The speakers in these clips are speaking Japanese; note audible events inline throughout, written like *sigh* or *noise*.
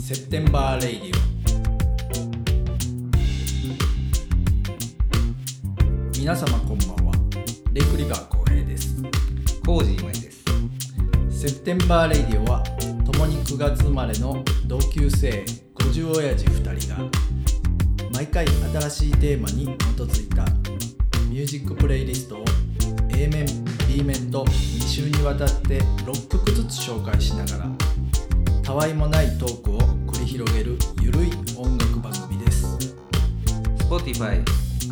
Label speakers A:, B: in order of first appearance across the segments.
A: セプテンバーレイディオ皆様こんばんはレイクリバー浩平です
B: コージーまいです。
A: セプテンバーレイディオは共に9月生まれの同級生50親父2人が毎回新しいテーマに基づいたミュージックプレイリストを A 面 B 面と2週にわたって6曲ずつ紹介しながらたわいもないトークを繰り広げるゆるい音楽番組です
B: Spotify、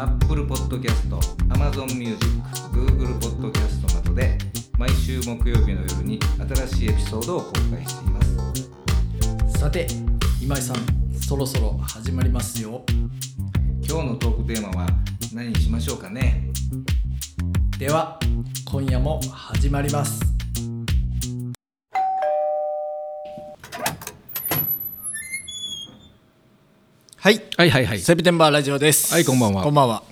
B: Apple Podcast、Amazon Music、Google Podcast などで毎週木曜日の夜に新しいエピソードを公開しています。
A: さて今井さんそろそろ始まりますよ
B: 今日のトークテーマは何にしましょうかね
A: では今夜も始まりますはい、
B: はいはいはい
A: セプテンバーラジオです
B: はいこんばんは
A: こんばんは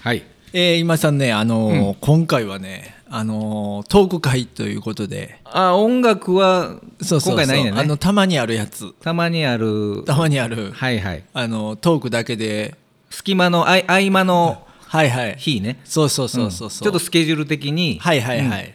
B: はい。
A: えー、今井さんねあのー今回はねあのートーク会ということで
B: あ、音楽は
A: そうそうそう
B: 今回ないんだ
A: あ
B: ね
A: の。たまにあるやつ
B: たまにある、
A: たまにある、
B: はいはい。
A: あのトークだけで
B: 隙間の、あい合間の
A: はいはい
B: 日ね。
A: そうそうそうそうそう、
B: んちょっとスケジュール的に
A: はいはいはい、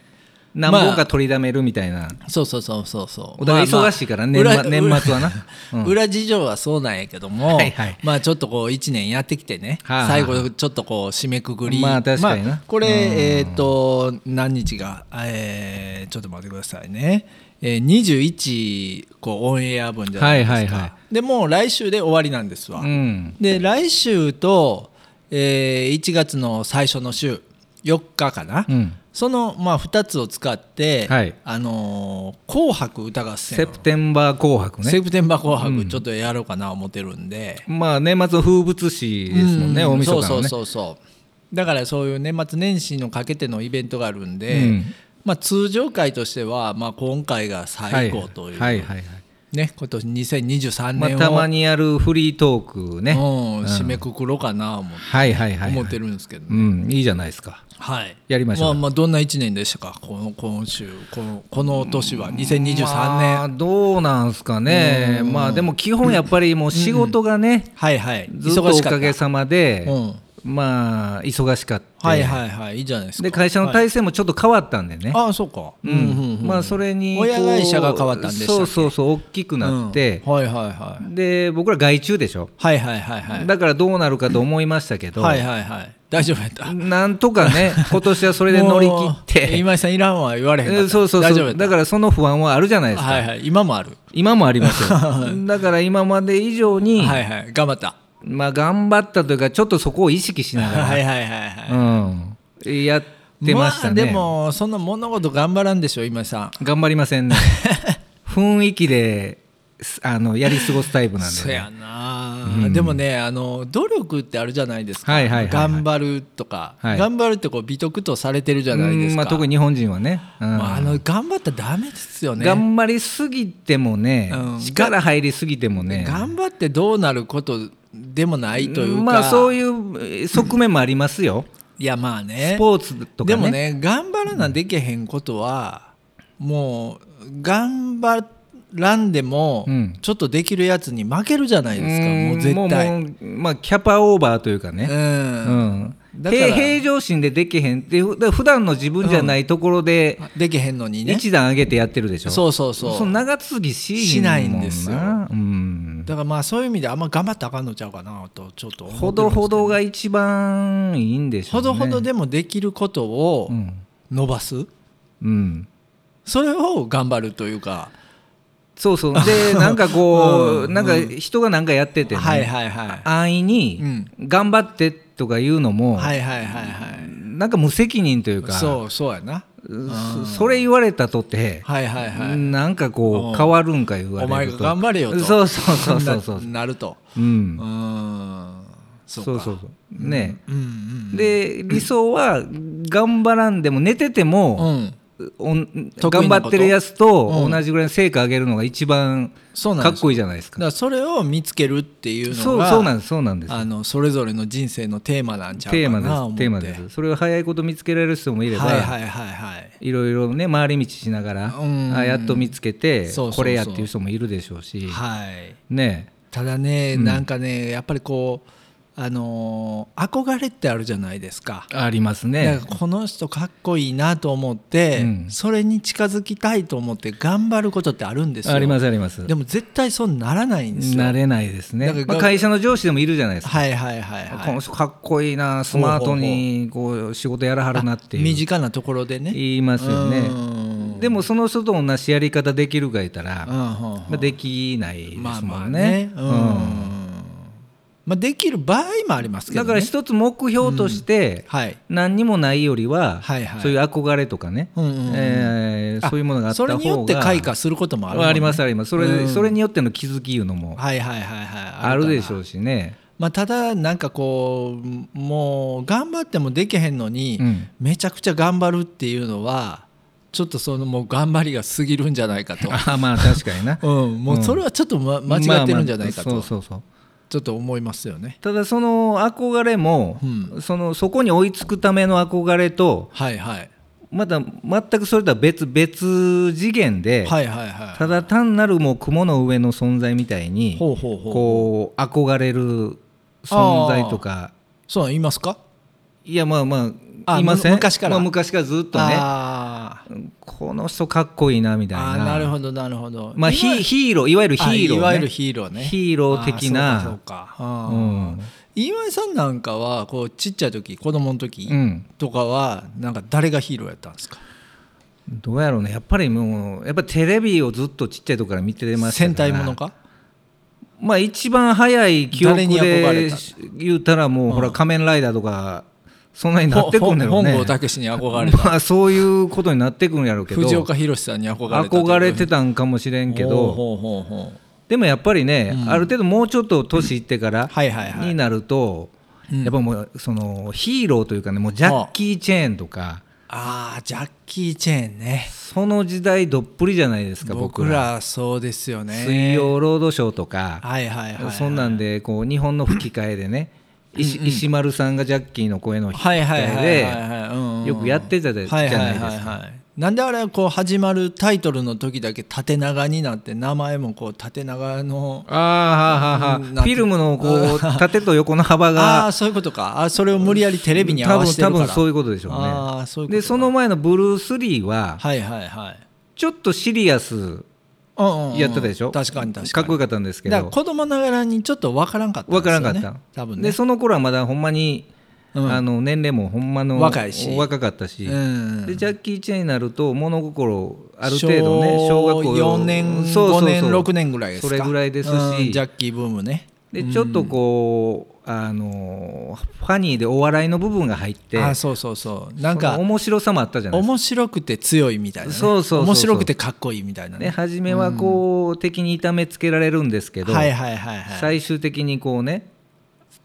B: 何本か取りだめるみたいな。
A: そうそうそうそうそう
B: お互い忙しいからね
A: まあまあ
B: 年
A: 裏
B: 末年末はなう
A: *laughs*
B: ん
A: 裏事情はそうなんやけども、
B: はいはい
A: まあちょっとこう1年やってきてね、
B: はいはい
A: 最後ちょっとこう締めくくり
B: まあ確かにな
A: これ
B: うん
A: えっ、と何日が、えーちょっと待ってくださいね、えー、21こうオンエア分じゃないですか、
B: はいはいは
A: でもう来週で終わりなんですわ、
B: うん。
A: で来週と、えー1月の最初の週4日かな、
B: うん。
A: その、まあ、2つを使って「
B: はい
A: あのー紅白歌合戦」
B: セプテンバー紅白ね
A: セプテンバー紅白」ちょっとやろうかな思ってるんで、
B: まあ年末の風物詩ですもんね、
A: うん
B: おみそか
A: そ
B: の
A: う
B: ね
A: そうそうそうだからそういう年末年始のかけてのイベントがあるんで、
B: うん
A: まあ、通常回としては、まあ、今回が最後という、
B: はいはいはいはい
A: ね、今年2023
B: まあ、
A: 年を、
B: たまにやるフリートークね、
A: うん
B: うん
A: 締めくくろうかな思,、
B: はいはいはい、
A: 思っ
B: は
A: て
B: い
A: るんですけどね、
B: うん、いいじゃないですか
A: はい、
B: やりましょう
A: まあ、まあどんな1年でしたかこの今週このこの年は2023年、
B: まあ、どうなんすかねまあでも基本やっぱりもう仕事がね、
A: はいはい
B: ずっと
A: 忙
B: お
A: しかった
B: かげさまで、
A: うん
B: まあ忙しかった、
A: はいはいはいいいじゃないですか
B: で会社の体制もちょっと変わったんでね、
A: ああそうかうんうん
B: まあそれに
A: 親
B: こう
A: 会社が変わったんでしたっけ
B: そうそうそう大きくなって、
A: はいはいはい
B: で僕ら外注でしょ
A: はいはいはいはい
B: だからどうなるかと思いましたけど、
A: はいはいはい大丈夫やった
B: *laughs* なんと
A: *laughs*
B: かね、今年はそれで乗り切っ
A: もう
B: て、
A: 今井さんいらんわ言われへんかった
B: えそうそう
A: 大丈
B: そ
A: 夫や
B: う、
A: っ
B: だ
A: た
B: からその不安はあるじゃないですか、
A: はいはい今もある
B: 今もありま
A: *laughs*
B: すよ、だから今まで以上に、
A: はいはい頑張った
B: まあ、頑張ったというか、ちょっとそこを意識しながら、
A: はいはいはいはい
B: うん、やってましたね、
A: あでもその物事頑張らんでしょ今井さん
B: 頑張りま
A: *laughs*
B: せんね、雰囲気ですあのやり過ごすタイプなんで
A: そ
B: ね、
A: やな、でもねあの努力ってあるじゃないですか、
B: はいはいはいはい
A: 頑張るとか、
B: はい
A: 頑張るってこう美徳とされてるじゃないで
B: う
A: す
B: ん
A: か、
B: まあ、特に日本人はね。うん
A: まああの頑張ったらダメですよね頑
B: 頑張りすぎてもね、
A: うん
B: 力入りすぎてもね、
A: 張ってどうなることでもないというか、
B: まあそういう側面もありますよ、
A: いやまあね
B: スポーツと
A: で
B: かね
A: もね頑張らなできへんことは、もう頑張らんでも、
B: うん
A: ちょっとできるやつに負けるじゃないですか、
B: ん
A: もう絶対
B: もうもうまあ、キャパオーバーというかね、う
A: うん
B: ん
A: だから
B: 平平常心でできへんっていうだから普段の自分じゃないところで
A: できへんのにね
B: 一段上げてやってるでしょ、
A: そうそうそう
B: の長続きし
A: しないんですよ
B: もなうん
A: だからまあそういう意味であんま頑張ったらあかんのちゃうかなとちょっと思ってる
B: ほどほどが一番いいんでしょ
A: ほ
B: うね
A: どほどでもできることを
B: うん、
A: 伸ばす
B: うん
A: それを頑張るというか、
B: そうそう
A: *laughs*
B: でなんかこう、なんか人がなんかやっててね、
A: はいはいはい
B: 安易
A: う
B: に
A: ん
B: 頑張ってとか言うのも、
A: はいはいはいはい
B: なんか無責任というか
A: そうそうやな
B: そそれ言われたとて、
A: はいはいはい、
B: なんかこ
A: うん
B: う変わるんか言われ
A: お
B: る
A: 前が
B: と
A: 頑張れよと
B: そうそうそうそうそう
A: ななると
B: うん
A: うんそうか
B: そうそうそうね、
A: うんうん
B: で理想は頑張らんでも寝てて
A: う
B: も、
A: ん、うん、
B: おん
A: 得意
B: 頑
A: なこと
B: 張ってるやつと同じぐらいの成果上げるのが一番
A: そうなん
B: か
A: です
B: っこいいじゃないです
A: だ
B: か
A: からそれを見つけるっていう
B: そ
A: の
B: う
A: が
B: そうなんですそうなんです
A: あのそれぞれの人生のテーマなんちゃう
B: テー
A: か
B: マ
A: な思っ
B: で
A: て
B: すテーマですそれを早いこと見つけられる人もいれば、
A: はいはいはいはい
B: いろいろね回り道しながら、
A: うん
B: あやっと見つけて
A: そうそうそう
B: これやっていう人もいるでしょうし、
A: はい
B: ね
A: ただね、なんかねやっぱりこうあのー憧れってあるじゃないですか。
B: あります
A: なん
B: ね
A: かこの人かっこいいなと思って、
B: うん
A: それに近づきたいと思って頑張ることってあるんですよ
B: ありますあります
A: でも絶対そうならないんですよ
B: なれないですね
A: だから、
B: まあ、会社の上司でもいるじゃないですか、
A: はいはいはい
B: こ
A: は
B: の人かっこいいなスマートにこう仕事やらはるなって
A: い
B: いう
A: 身近なところでね
B: 言いますよね
A: うん
B: でもその人と同じやり方できるかいたら、
A: うんうんうん
B: まあ、できないで
A: まあ
B: すも
A: まあ
B: んね
A: ね。うんまあできる場合もありますけど
B: だ
A: ね
B: から一つ目標として
A: はい
B: 何にもないよりは
A: はいはい
B: そういう憧れとかね
A: うんうんうん
B: えーそういうものがあった
A: そ
B: 方が
A: れによって開花することもあるもんね
B: ありますありますそれ
A: うん
B: それによっての気づきいうのも
A: はいはいはいはい
B: あるでし
A: う
B: ょうしね。
A: まあただなんかこうもう頑張ってもできへんのに
B: うん
A: めちゃくちゃ頑張るっていうのはちょっとそのもう頑張りが過ぎるんじゃないか
B: *laughs*
A: と
B: あまあ確かに
A: *laughs*
B: な
A: うんもうそれはちょっとま間違ってるんじゃないか
B: まあま
A: と
B: あそうそうそう
A: ちょっと思いますよね
B: ただその憧れも、
A: う
B: そのそこに追いつくための憧れと
A: はいはい
B: また全くそれとは別別次元で、
A: はいはいはい
B: ただ単なるもう雲の上の存在みたいに
A: ほうほうほう
B: こう憧れる存在とか
A: そう言いますか
B: いやまあまあ
A: あ
B: いません
A: む昔から
B: まあ、昔からずっとね
A: あー
B: この人かっこいいなみたい
A: あ
B: な
A: ーなるほどなるほど
B: まあ、ヒ
A: 今
B: ヒーローいわゆるヒーロ
A: あ
B: ー、ね、
A: いわゆるヒーローね
B: ヒーロー的
A: あーそう
B: な
A: かそうか、
B: う
A: うん
B: ん
A: 岩井さんなんかはこうちっちゃい時子供の時
B: うん
A: とかはなんか誰がヒーローやったんですか、
B: どうやろうねやっぱりもうやっぱテレビをずっとちっちゃい時から見てました
A: 戦
B: から
A: 隊ものか
B: まあ一番早い記憶
A: 誰に憧れ
B: で
A: た
B: 言うたらもうほら仮面ライダーとかそんなになってくんだろ
A: ほ
B: う
A: ん
B: ね
A: 本郷武に憧れた
B: まあそういうことになってくんやろう *laughs* けど
A: 藤岡弘さんに憧れた
B: 憧れてたんかもしれんけど
A: ほうほうほうほう
B: でもやっぱりね、ある程度もうちょっと年いってから
A: はいはいはい
B: になると、やっぱもうそのヒーローというかねもうジャッキー・チェーンとか
A: ああジャッキー・チェーンね
B: その時代どっぷりじゃないですか僕
A: 僕
B: ら
A: らそうですよね
B: 水曜ロードショーとか、
A: はいはいはいはい
B: そんなんでこう日本の吹き替えでね石石丸さんがジャッキーの声の吹き
A: はいはいはい
B: 替
A: はいはいは
B: え
A: いうんうん
B: でよくやってたでじゃ
A: は
B: ないいです
A: はいはい
B: か。
A: はいなんであれはこう始まるタイトルの時だけ縦長になって名前もこう縦長の
B: ああはあはあはあ
A: うん
B: フ
A: なんて
B: ィルムのこう縦と横の幅
A: あ
B: が
A: あーそういうことかあーそれを無理やりテレビに合
B: 多
A: わ
B: 分
A: せてる
B: 多
A: から
B: 分そういううことでしょうね。
A: ああそういうこと
B: でその前のブルース・リーは
A: はいはいはい
B: ちょっとシリアス
A: うんうんうん
B: やってたでしょ、
A: 確かに確かに
B: っこよかったんですけ
A: だから
B: ど
A: 子供ながらにちょっとわからんかったん
B: わ
A: です
B: か
A: よ
B: ら
A: ね
B: んかった
A: 多分ね
B: でその頃はまだほんまに、
A: うん
B: あの年齢もほんまの
A: 若いし
B: 若かったし、
A: うん
B: でジャッキー・チェンになると物心ある程度ね小学校
A: 4年
B: そうそうそう
A: 5年6年ぐらいですか
B: それぐらいですし、
A: うんジャッキーブームね
B: でちょっとこうあのファニーでお笑いの部分が入って
A: あーそうそうそうなん
B: そ
A: か
B: の面白さもあったじゃないですか
A: 面白くて強いみたいな、ね、
B: そうそうそうそう
A: 面白くてかっこいいみたいな
B: ね、
A: ね
B: 初めはこう、敵に痛めつけられるんですけど、
A: はいはいはいはい
B: 最終的にこうね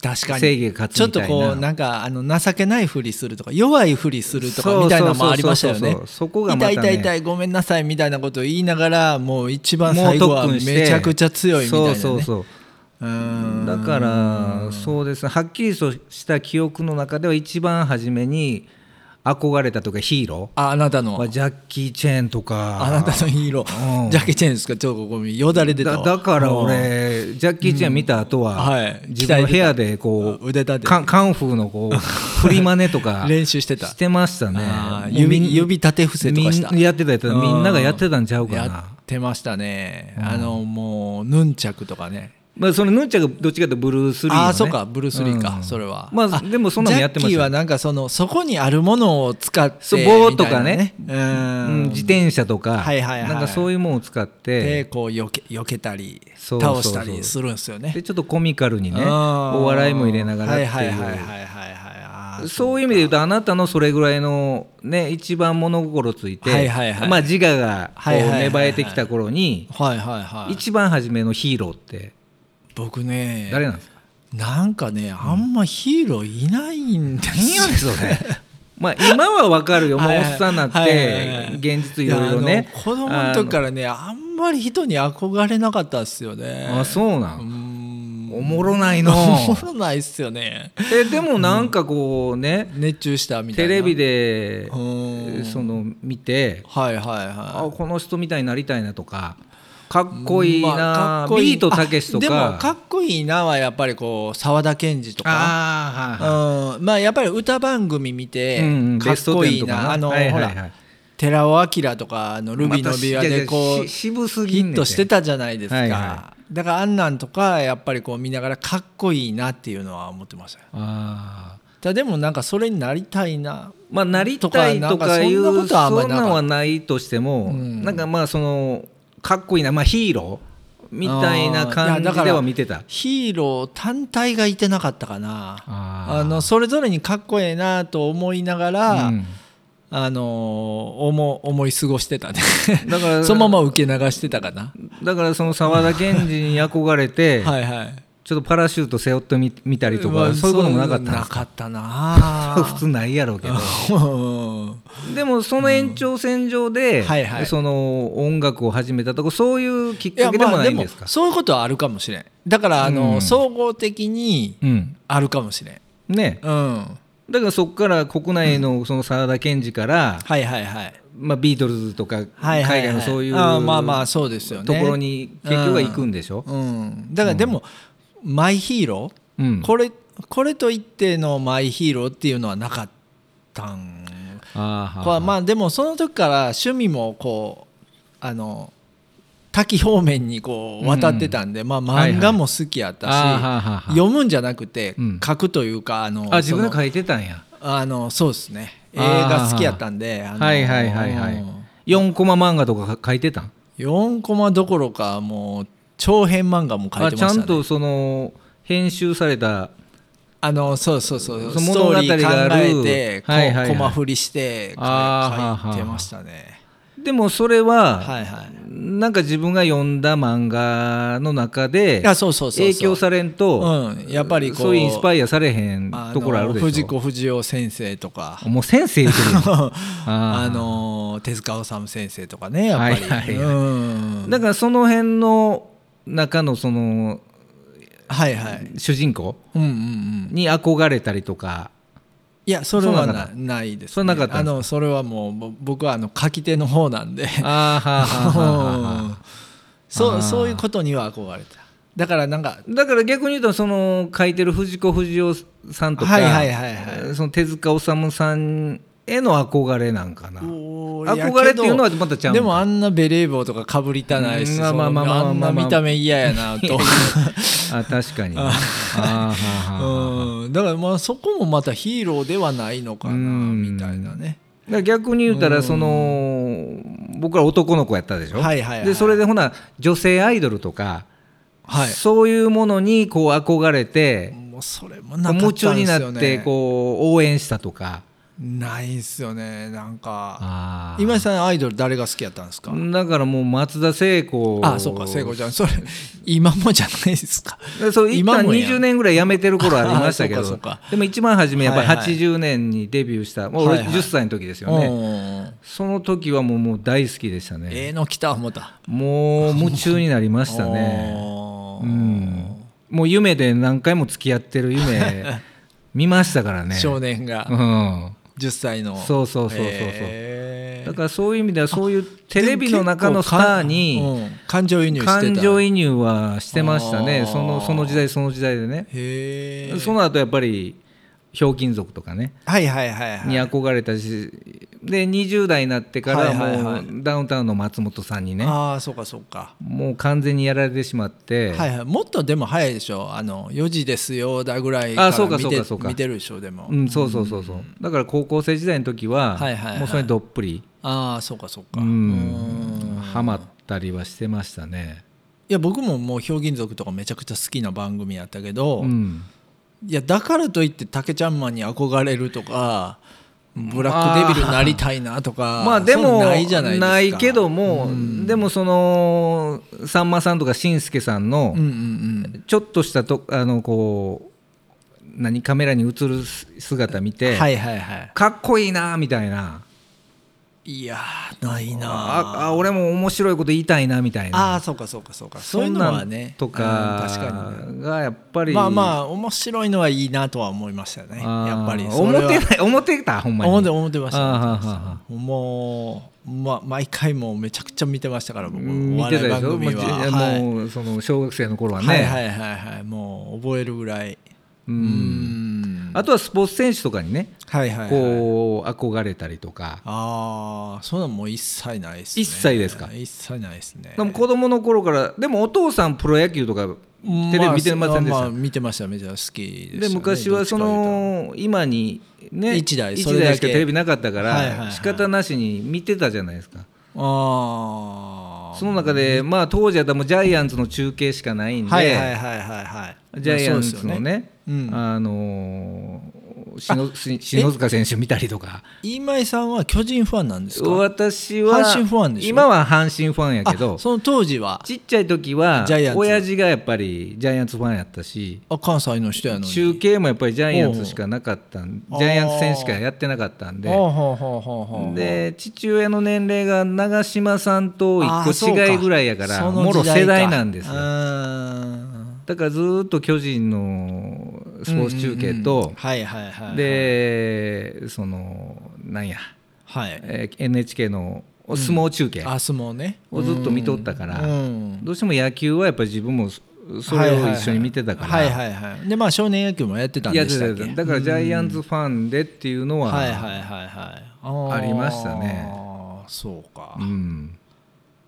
A: 確かに
B: 正義が勝つ
A: ちょっ
B: みた
A: と
B: いな
A: こうなんかあの情けないふりするとか弱いふりするとかみたいなのもありましたよね
B: そうそうそうそうそこがまた
A: 痛
B: ね
A: い痛い痛いごめんなさいみたいなことを言いながらもう一番最後は
B: 猛特
A: め
B: 訓して
A: ちゃくちゃ強いみたいな、ね、
B: そうそう
A: うーん
B: そうだからそうですねはっきりとした記憶の中では一番初めに憧れたとかヒーロ
A: ああなた
B: ー
A: の
B: はジャッキー・チェーンとか
A: あなたのヒーロー、
B: うん
A: ジャッキー・チェーンですかちょっとごめんよだれ出た
B: だ
A: わ
B: だから
A: うん
B: 俺ジャッキー・チェーン見た後は、
A: うんはい
B: 自分の部屋でこう
A: 腕立て
B: カンカンフー
A: *laughs*
B: のこう振り真似とか
A: 練習してた
B: してましたね
A: あー
B: もうみん
A: 指指立て伏せとかした
B: みんやってたやってた
A: うん
B: みんながやってたんちゃうか
A: や
B: な
A: ってましたね、あのもうヌンチャクとかね
B: まあそのヌンチャがどっちかというとブルース・リーの、ね、
A: ああそうかブルース・リーか、
B: うん
A: それは
B: まあでもそんなのやってまし
A: ジャッ
B: た
A: キ
B: よ
A: ーはなんかそのそこにあるものを使って
B: そう棒とかね
A: みたいなね
B: うん
A: うん
B: 自転車とか、
A: はいはいはい
B: なんかそういうものを使っ
A: で
B: て
A: こうよけ避けたり
B: そうそうそう
A: 倒したりするんですよね
B: でちょっとコミカルにね
A: あー
B: お笑いも入れながらっていう、
A: はいはいはいはいはいはいあー
B: そういう意味で言うとあなたのそれぐらいのね一番物心ついて、
A: はいはいはい
B: まあ、自我がこう
A: はいはいはいはい
B: 芽生えてきた頃に、
A: はいはいはい
B: 一番初めのヒーローって
A: 僕ね
B: 誰なんですか、
A: なんかねあんまヒーローいないんですよ、
B: まあ今はわかるよもう
A: はい
B: お
A: はい
B: っさんに
A: は
B: なって現実いろいろね
A: やあの子供の時からねあんまり人に憧れなかったですよね
B: あのあそうな
A: うー
B: ん
A: ん
B: おもろな
A: *laughs*
B: いの
A: おもろないっすよ
B: *laughs*
A: ね
B: えでもなんかこうね、
A: 熱中したみたいな
B: テレビで
A: うん
B: その見て
A: はいはい
B: あ
A: は
B: この人みたいになりたいなとかか
A: い
B: っこいいな、
A: まあかっこいい
B: ビートたけしとか
A: あでもかっこいいなはやっぱりこう沢田研二とか
B: あーはいはい
A: うんまあやっぱり歌番組見て
B: うんうん
A: かっこいい
B: ベストテンとか
A: な
B: な
A: あのほ
B: はいはいはい
A: ら寺尾明とかあのルビーのビアでこ
B: またしいやいや
A: う
B: し渋す
A: ヒ
B: ぎんねん
A: ットしてたじゃないですか、
B: はいは
A: だからあんなんとかやっぱりこう見ながらかっこいいなっていうのは思ってましたよ
B: あー
A: ただでもなんかそれになりたいな
B: まあなりたいとかい
A: とかなんかそ
B: う
A: んなことはあんま
B: そ
A: りなか
B: ん
A: った
B: なんはないとしても、
A: うん
B: なんかまあそのかっこいいな、まあ、ヒーローみたいな感じでは見てた
A: ヒーロー単体がいてなかったかな
B: あー
A: あのそれぞれにかっこええなと思いながら、
B: うん
A: あのー思思い過ごしてたね
B: だか
A: *laughs*
B: ら
A: そのまま受け流してたかな
B: だからその沢田研二に憧れて、
A: はいはい
B: ちょっとパラシュート背負ってみ見たりとか、
A: まあ
B: そういうこともなかったん
A: な
B: ですか
A: かったな
B: *laughs* 普通ないやろうけど
A: うん
B: でもその延長線上で、
A: うんはいはい
B: その音楽を始めたとかそういうき
A: *laughs*
B: っ
A: いや
B: かけでも
A: まあ
B: ないんですか、
A: そういうことはあるかもしれんだからあの、
B: うん
A: 総合的に
B: うん
A: あるかもしれん
B: ね
A: うん
B: だからそこから国内のその沢田研二から、
A: はいはいはい
B: まあ、ビートルズとか
A: はい
B: 海
A: はいはい
B: 外のそういう
A: あーまあまあそうですよね
B: ところに結局は行くんでしょ、
A: うんだからでも、マイヒーロ
B: うん
A: ーこれこれといってのマイヒーローっていうのはなかったん
B: あーはー
A: これまあでもその時から趣味もこうあの滝方面にこう渡ってたんで、まあ
B: はいはい
A: 漫画も好きやったし、
B: あーはーはーはー
A: 読むんじゃなくて
B: うん
A: 書くというか、あの
B: あ自
A: そ
B: 分
A: の
B: で書いてたんや
A: あのそうですね映
B: あー
A: 画好きやったんであの
B: はいはいはいはい4コマ漫画とか書いてたん
A: 4コマどころかもう長編漫画も書いてました、ね、
B: あちゃんとその編集された
A: あのそうそうそう
B: その
A: ストーリー
B: 物語があ
A: 考
B: る
A: えてこう
B: はいはいはい
A: コマ振りして書い
B: あー
A: 書いてましたね
B: でもそれは、
A: はいはい
B: なんか自分が読んだ漫画の中で
A: いやそうそうそうそう
B: 影響されんと、
A: うんやっぱりこう
B: そういうインスパイアされへん
A: あの
B: ところあるでしょ
A: 藤子不二雄先生とか
B: もう先生言って
A: *laughs*
B: るやん
A: あ
B: あー
A: の手塚治虫先生とかねやっぱり、
B: はいはいはい
A: うん
B: だからその辺の中のその
A: はいはい
B: 主人公
A: うんうんうん
B: に憧れたり
A: *laughs*
B: とか
A: いやそれ
B: そ
A: は
B: うな
A: なん
B: だ
A: ないです、ね、
B: それなかったん
A: あ
B: です
A: のそれはもうぼ僕はあの書き手の方なんで
B: あ
A: *laughs*
B: ーはーはーはーはーはー
A: そ
B: あー
A: うそういうことには憧れただからなんか
B: だから逆に言うとその書いてる藤子不二雄さんとか、
A: はいはいはいは
B: その手塚治虫さんへの憧れなんかな
A: おー
B: 憧れっていうのはまたちゃ
A: やけど
B: う
A: でもあんなベレー帽とかかぶりたないし
B: うんまあ
A: その
B: まあまあまあま
A: あ
B: あ
A: ん
B: まあ
A: な見た目嫌やなと
B: あ確かにあーはーはーはー *laughs*
A: うんだからまあそこもまたヒーローではないのかな
B: うん
A: みたいなね
B: だから逆に言うた
A: う
B: ら
A: ん
B: その僕ら男の子やったでしょ、
A: はいはいはい
B: でそれでほな女性アイドルとか、
A: はい
B: そういうものにこう憧れて
A: もうそれもなかったん
B: 夢
A: ですよ
B: 中
A: ね
B: になってこう応援したとか
A: ないんすよねなんか
B: あー
A: 今井さんアイドル誰が好きやったんですか
B: だからもう松田聖子
A: あそうか聖子ちゃんそれ今もじゃないですか
B: でそう一
A: 今
B: 旦
A: もや
B: 20年ぐらい辞めてる頃ありました
A: *laughs*
B: け
A: あーそ
B: ど
A: うかそう
B: でも一番初めやっぱり
A: はいはい
B: 80年にデビューした、もう
A: はい
B: 俺
A: はい
B: 10歳の時ですよね、
A: うん
B: その時はもうもう大好きでしたね、
A: ええの来た思った
B: もう夢中になりましたね
A: おー
B: うんもう夢で何回も付き合って
A: *laughs*
B: る夢見ましたからね。
A: 少年が
B: うん、
A: 10歳の
B: そうそうそうそうそう
A: へー
B: だからそういう意味ではそういうテレビの中のスターに
A: うん感情移入してた
B: 感情移入はしてました
A: あ
B: ね
A: ー
B: そのその時代その時代でね、
A: へえ
B: その後やっぱりひょうきん族とかね
A: はいはいはいはい
B: に憧れたしで20代になってから
A: はいはいは
B: も
A: いう
B: ダウンタウンの松本さんにね
A: ああそうかそうか
B: もう完全にやられてしまって、
A: はいはいもっとでも早いでしょあの4時ですよだぐらいから
B: あそうか
A: 見
B: そう
A: て
B: かそうか
A: 見てるでしょでも
B: うん、そうそうそうそうだから高校生時代の時は
A: はいはいはい
B: もうそれにどっぷり。
A: ああそうかそうか
B: う
A: うん
B: んハマったりはしてましたね。
A: いや僕ももう「ひょうきん族」とかめちゃくちゃ好きな番組やったけど、
B: うん
A: いやだからといって竹ちゃんマンに憧れるとかブラックデビルになりたいなとか
B: まあで
A: そう
B: も
A: ないじゃないですか
B: ないけどもでもそのさんまさんとかしんすけさんの
A: うんうんうん
B: ちょっとしたとあのこう何カメラに映る姿見て
A: はいはいはい
B: かっこいいなみたいな
A: いやーないな
B: あ
A: あ
B: あ俺も面白いこと言いたいなみたいな
A: あーそうかそうかそうかそういうのはね
B: そんなん
A: うん
B: と
A: 確かにね
B: かがやっぱり
A: まあまあ面白いのはいいなとは思いましたね
B: あー
A: やっぱり
B: 思ってない思ってたほんまに
A: 思って思ってまし
B: あー
A: た
B: はー
A: 思
B: は
A: って
B: ー
A: ま
B: は
A: したもう、ま、毎回もうめちゃくちゃ見てましたから僕
B: 見てたでしょ
A: お
B: も
A: 笑い番
B: う
A: 組
B: じ
A: は
B: ゃ
A: はい
B: もうその小学生の頃はね、
A: はいはいはいはいもう覚えるぐらい
B: うん
A: うん
B: あとはスポーツ選手とかにね
A: はいはい、はい、
B: こう憧れたりとか、
A: ああそんなんもう一切ないですね
B: 一切ですか
A: 一切ないですね
B: でも子供の頃からでもお父さんプロ野球とかテレビ見てませんでした、
A: ああ見てましためちゃ好きでした、ね、
B: で昔はその今にね
A: 一台
B: 一
A: それだけ
B: 台しかテレビなかったか
A: はいはいは
B: ら
A: い
B: 仕方なしに見てたじゃないですか
A: ああ
B: その中でまあ当時はでもジャイアンツの中継しかないんで
A: はいはいはいはいはい
B: ジャイアン
A: そう
B: ツ
A: です
B: の
A: よ
B: ね
A: うん
B: あのーしのし篠塚選手見たりとか
A: 飯前さんは巨人ファンなんですか
B: 私は
A: 阪神ファンでしょ
B: 今は阪神ファンやけど
A: あその当時は
B: ちっちゃい時は
A: ジャイアンツ
B: 親父がやっぱりジャイアンツファンやったし
A: あ関西の人やのに
B: 中継もやっぱりジャイアンツしかなかったん
A: おう
B: ジャイアンツ戦しかやってなかったんで
A: ほうほうほうほうほう
B: で父親の年齢が長嶋さんと
A: あー
B: 1
A: そう
B: 個違いぐらいやから
A: その
B: もろ
A: 時代
B: 世
A: か
B: 代なんです
A: う
B: よ
A: ーん
B: だからずーっと巨人のスポーツ中
A: う
B: 継
A: んうんう
B: と
A: ん、はいはいはいはい
B: でそのなんや、
A: はい
B: えー NHK のお相撲中継
A: あ相撲ね
B: をずっと見とったから、
A: うん
B: どうしても野球はやっぱり自分もそそれを一緒に見てたから、
A: はいはいはいでまあ少年野球もやってたん
B: や
A: で
B: って
A: したた
B: やっ
A: ってけ
B: ただからジャイアンツファンでっていうのは、
A: はいはいはいはいー
B: ありましたね
A: そうか、
B: うん、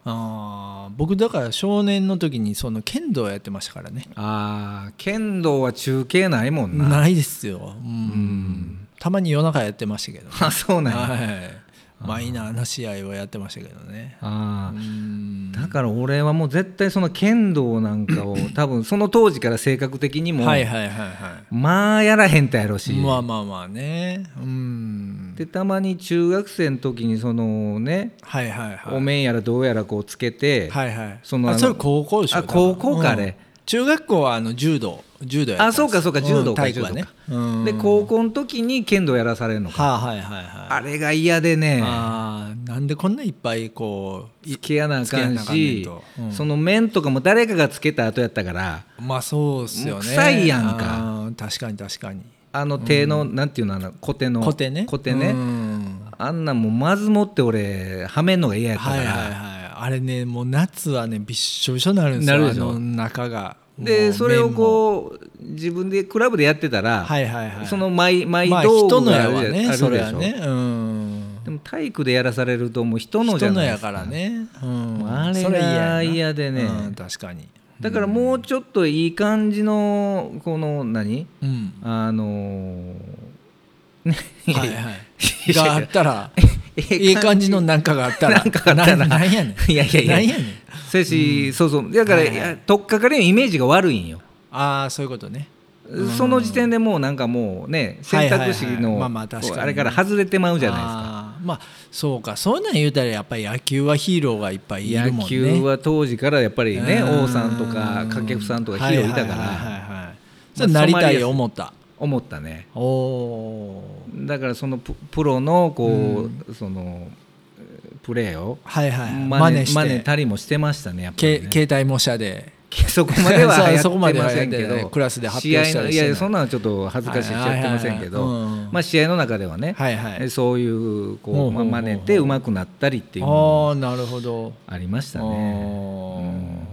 A: あー僕だから少年の時にその剣道やってましたからね
B: あー剣道は中継ないもんな。
A: ないですよ、うん
B: ん
A: たまに夜中やってましたけど、ね
B: *laughs* あそうなんや
A: はい、マイナーな試合をやってましたけどね
B: あ
A: う
B: ー
A: ん
B: だから俺はもう絶対その剣道なんかを多分その当時から性格的にも、
A: はいはいはいは
B: まあやらへんたやろし、
A: いまあまあまあねうん
B: でたまに中学生の時にそのね、
A: はいはいはい
B: お面やらどうやらこうつけて、
A: はいはい
B: そのあ
A: あ
B: の
A: それ高校でしょ
B: あ高校かあれ
A: うん中学校はあの柔道柔道やったんです
B: あそうかそうか柔道
A: ん
B: か
A: 体育はねうん
B: で高校の時に剣道やらされるのか、
A: はあはいはいはい
B: あれが嫌でね
A: あーなんでこんないっぱいこうい
B: つけやなあかん
A: つけ
B: し
A: やなあかんねんとうん
B: その面とかも誰かがつけた後やったから
A: まあそうっすよね
B: もう臭いやんか
A: あー確かに確かに
B: あの手の、なんていうのあの小手の
A: コテね
B: 小手ね
A: うん
B: あんなんもうまずもって俺はめんのが嫌やったか
A: はい
B: ら、
A: はいはいあれねもう夏はねびっしょびしょになるんですよ
B: なるでしょ
A: あの中が
B: でそれを
A: う
B: こう自分でクラブでやってたら、
A: はいはいはい
B: その毎毎
A: まあ
B: 道
A: 人
B: 具
A: の
B: があ
A: や
B: るじゃ
A: は
B: あるで
A: ね
B: しょ、
A: それはねうん
B: でも体育でやらされるともう人のじゃ
A: 人の
B: ないで
A: や
B: すか
A: からねうん
B: あれが
A: そやな
B: 嫌でね
A: うん確かに
B: だからもうちょっといい感じのこの何
A: うん
B: あのー、
A: はいはいがあったらいい感じのなんかがあったら
B: なんかがあった
A: な
B: ら
A: なんやねん
B: *laughs* いやいやいや
A: なんやねん
B: せやし、そうそうだから、
A: はいはい
B: とっかかりのイメージが悪いんよ
A: ああそういうことね
B: その時点でもうなんかもうね選択肢
A: はいはいはいまあま
B: の
A: あ確かにね
B: あれから外れてまうじゃないですか
A: あーまあそうかそうなん言うたらやっぱり野球はヒーローがいっぱいいるもんね
B: 野球は当時からやっぱりね
A: うん
B: 王さんとか掛布さんとかヒーローいたか
A: はいはいはい
B: ら
A: はいはいそれなりたい思った
B: 思ったね
A: おおー
B: だからそのププロのこうそのえープレーを
A: はいはいはい
B: 真
A: 真
B: 似
A: 似
B: 真
A: し
B: 似
A: て
B: たりもしてましたねやっぱ
A: け
B: りね
A: 携帯模写で
B: そこま
A: *laughs*
B: ではや
A: そうそこ
B: っ
A: ま
B: て
A: では
B: ま
A: や
B: せ
A: って
B: ん
A: な
B: け
A: い
B: ど
A: クラスで発
B: 試合
A: 表した
B: の
A: り
B: い
A: してない
B: やいやそんなのちょっと恥ずかしいし
A: はいはい
B: や
A: は
B: っ
A: い
B: てませんけど
A: うん
B: まあ試合の中ではね
A: はいはい
B: えそういうこ
A: ほ
B: う
A: うほうほうほう
B: まあ真似てうまくなったりっていうのも
A: ああなるほど
B: ありました
A: あ
B: ね
A: ー
B: ね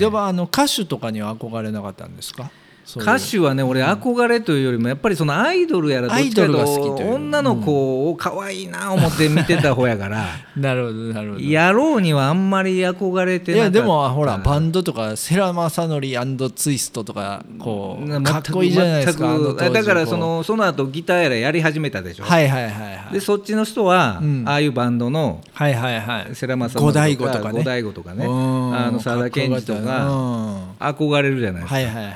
A: でもあの歌手とかには憧れなかったんですかそういう
B: 歌手はね俺憧れというよりもやっぱりそのアイドルやらどっちか
A: アイドル
B: と
A: が好きという
B: 女の子を可愛いな思って見てた方やから
A: *laughs* なるほどなるほど
B: 野郎にはあんまり憧れて
A: い
B: なかった
A: やでもほらバンドとかセラ・マサノリツイストとかこ
B: 全
A: う
B: く
A: かっこいいじゃないですかあ
B: 全
A: の
B: く
A: 当時
B: だからそ
A: こ
B: のその後ギターやらやり始めたでし
A: う
B: ょ
A: はいはいはいはい
B: でそっちの人は、
A: うん
B: ああいうバンドの
A: はいはいはい
B: 世良正
A: 五醍醐とかね
B: 五醍醐とかね
A: うん
B: あの沢田研二と
A: かっこよ
B: か
A: かっ
B: 憧れるじゃない
A: た
B: で
A: うん
B: すか、
A: はいはいはいはい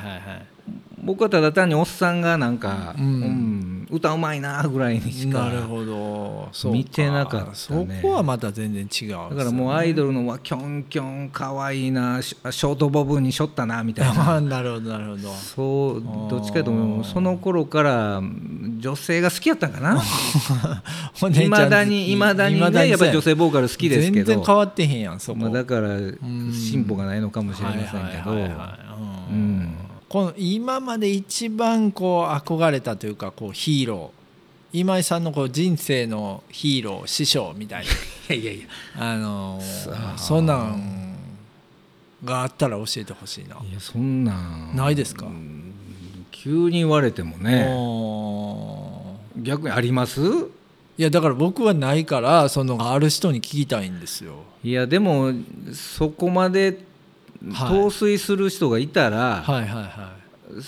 B: 僕はただ単におっさんがなんか、
A: う
B: うんん歌うまいなぐらいにしか
A: なるほどそう
B: 見てなかったね
A: そこはまた全然違うですね、
B: だからもうアイドルのわキョンキョンかわいいなショショートボブにしょったなみたいな
A: あ *laughs* なるほどなるほ
B: *laughs*
A: ど
B: そうどっちかと思うその頃から女性が好きやったんかな
A: *laughs* お姉
B: い
A: ちゃ
B: ま
A: ん
B: だにいまだに
A: 未
B: ねやっぱり女
A: 好
B: 性ボーカル好きですけ
A: 全然変
B: ど
A: わってへんやんそこ
B: まあだから
A: ん
B: 進歩がないのかもしれませんけど
A: はいはいはいは
B: う
A: いうん
B: ん
A: この今まで一番こう憧れたというかこうヒーロー今井さんのこう人生のヒーロー師匠み
B: *laughs*
A: たい
B: いやいやいや
A: なあの
B: さあ
A: そんなんがあったら教えてほしいない
B: やそんなん
A: ないですか
B: うん急に言われてもね
A: おー
B: 逆にあります
A: いやだから僕はないからそのある人に聞きたいんですよ
B: いやでもそこまで
A: はい
B: 陶酔する人がいた
A: は
B: ら、
A: いはいはい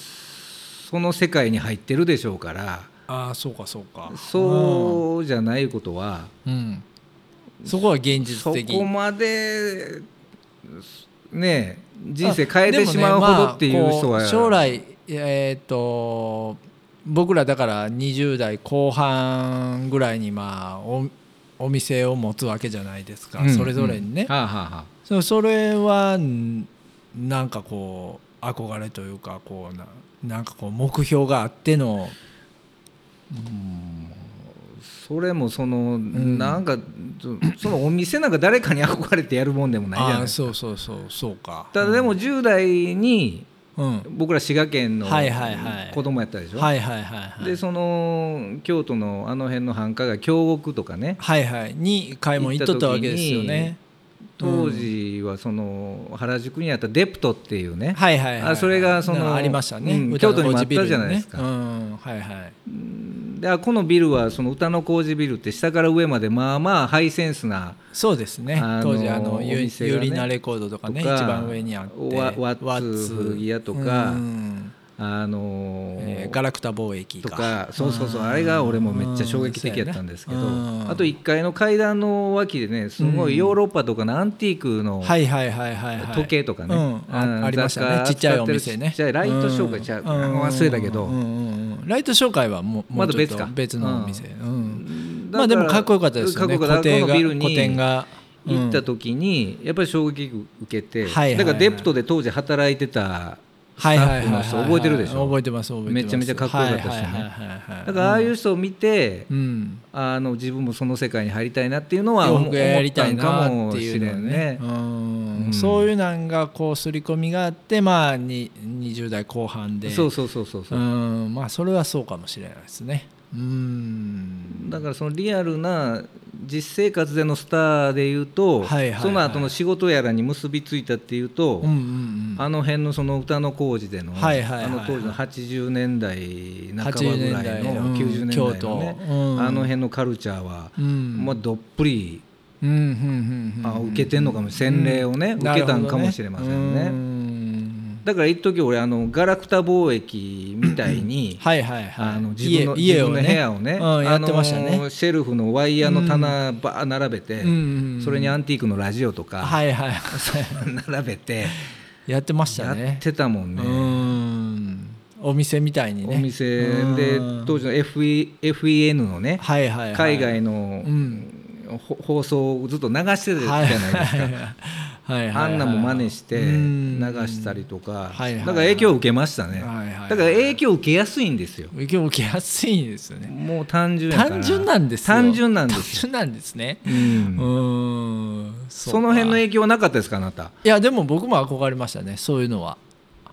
B: その世界に入ってるでしょうから
A: ああそうかそうか
B: そうじゃないことは、
A: うん、うんそこは現実
B: そ
A: 的
B: こまでね人生変えてしまうほどっていう人
A: あでもねま
B: は、
A: あこう将来えっ、と僕らだから20代後半ぐらいにまあおお店を持つわけじゃないですか、
B: うん
A: それぞれにね、
B: うんはあはあはあ
A: そそれはんなんかこう憧れというかこうななんかこう目標があっての
B: それもその、なんかそそのお店なんか誰かに憧れてやるもんでもないじゃない
A: あ
B: で
A: ー
B: すか
A: そうそうそうそうか
B: ただでも10代に
A: うん、
B: 僕ら滋賀県の
A: はいはいはい
B: 子供やったでしょ、
A: はいはいはいはい
B: でその京都のあの辺の繁華街京極とかね
A: はいはいに買い物行っとったわけですよね
B: 当時はその原宿にあったデプトっていうね、
A: はいはいはい、はい、
B: あそれがその
A: なありましたね、
B: うん
A: 歌の
B: 京都にもあっ
A: 工事ビル
B: たじゃないですか
A: ねうんはいはい
B: であこのビルはその歌の工事ビルって下から上までまあまあハイセンスな
A: そうですね、
B: あの
A: 当時あのユ,、
B: お店が
A: ユ
B: ね
A: リナレコードとかね
B: とか
A: 一番上にあって
B: ワワッツ古着屋とか
A: うん
B: あのー
A: えーガラクタ貿易
B: と
A: か
B: かそうそうそうあれが俺もめっちゃ衝撃的やったんですけど
A: うんそうやねうん
B: あと1階の階段の脇でねすごいヨーロッパとかのアンティークの
A: はいはいはいはい、はい、
B: 時計とかね、
A: うんあ
B: の
A: ありましたね
B: 雑貨
A: ちっちゃいお店ね
B: 扱ってるちっちゃいライト紹介ちゃう、
A: ん
B: 忘れたけど、
A: うんうんうんライト紹介はもうもう
B: まだ
A: ちょっと
B: 別か
A: 別のお店、うん
B: だ
A: まあで
B: ら
A: もかっこよかったですよね
B: かっこよか
A: 固
B: った
A: 定
B: こ
A: が
B: のビルに
A: 古典がうん
B: 行った時にやっぱり衝撃受けて、
A: はいはいはい
B: だからデプトで当時働いてたスタッフの人覚えてるでしょ、
A: 覚えてます覚えてます
B: めちゃめちゃかっこよかったしね
A: はいはいはいはいはい
B: だからああいう人を見て、
A: うん
B: あの自分もその世界に入りたいなっていうのは
A: 洋
B: 思
A: 服屋やりたいな
B: 思
A: っ
B: った
A: て
B: ん
A: いう
B: かもし
A: の
B: れ
A: は
B: ん
A: ね
B: ね
A: う、
B: うんん
A: そういうなんがこう刷り込みがあってまあに20代後半で
B: そうそうそうそうそう
A: うんまあそれはそうかもしれないですねうん
B: だからそのリアルな実生活でのスターでいうと、
A: はいはいはい
B: その後の仕事やらに結びついたっていうと、
A: うんうんうん
B: あの辺のその歌の工事での、
A: はいはいはい
B: あの当時の80年代半ばぐらいの
A: 80
B: 90年代
A: 京
B: の
A: 都
B: ね、
A: うん
B: あの辺のカルチャーは、
A: うん
B: まあ、どっぷり、
A: うんうんうんうん
B: あ受けてんのかも洗礼をね、受けたんかもしれませんね。
A: ね
B: だから一時俺あのガラクタ貿易みたいに、
A: はいはいはい
B: あの自分の
A: 家家をね
B: 自分の部屋をね、
A: うんやってました
B: あ
A: ね
B: のシェルフのワイヤーの棚ばー並べて、
A: うんうんうん
B: それにアンティークのラジオとか、
A: はいはい
B: *laughs* 並
A: *laughs*
B: べて
A: やってました
B: や
A: ね
B: ってたもん
A: う
B: ね。
A: んお店みたいにね
B: お店で
A: うん
B: 当時の FE FEN のね、
A: はいはいはい
B: 海外の、
A: うん
B: ほ放送をずっと流してるじゃないですか。
A: はいはいはい
B: あんなも真似して流
A: うん
B: したりとか、
A: はいはい
B: だから影響を受けましたね、
A: はいはいはい
B: だから影響を受けやすいんですよ、
A: 受け受けやすいですよね
B: もう単純やから
A: 単純なんですよ
B: 単純なんです
A: 単純なんですね
B: う
A: うんーん
B: そう
A: か
B: その辺の影響はなかったですかあなた
A: いやでも僕も憧れましたねそういうのは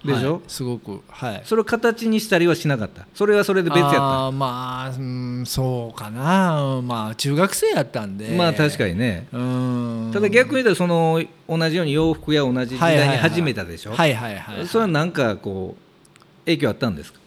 B: でしょ
A: はいすごくはい
B: それを形にしたりはしなかったそれはそれで別やった
A: あーまあうんそうかなうんまあ中学生やったんで
B: まあ確か
A: に
B: にね、
A: うん
B: ただ逆に言うとその同じように洋服や同じ時代に始めたでしょ、
A: はいはいはい、はい、
B: それはなんかこう影響あったんですか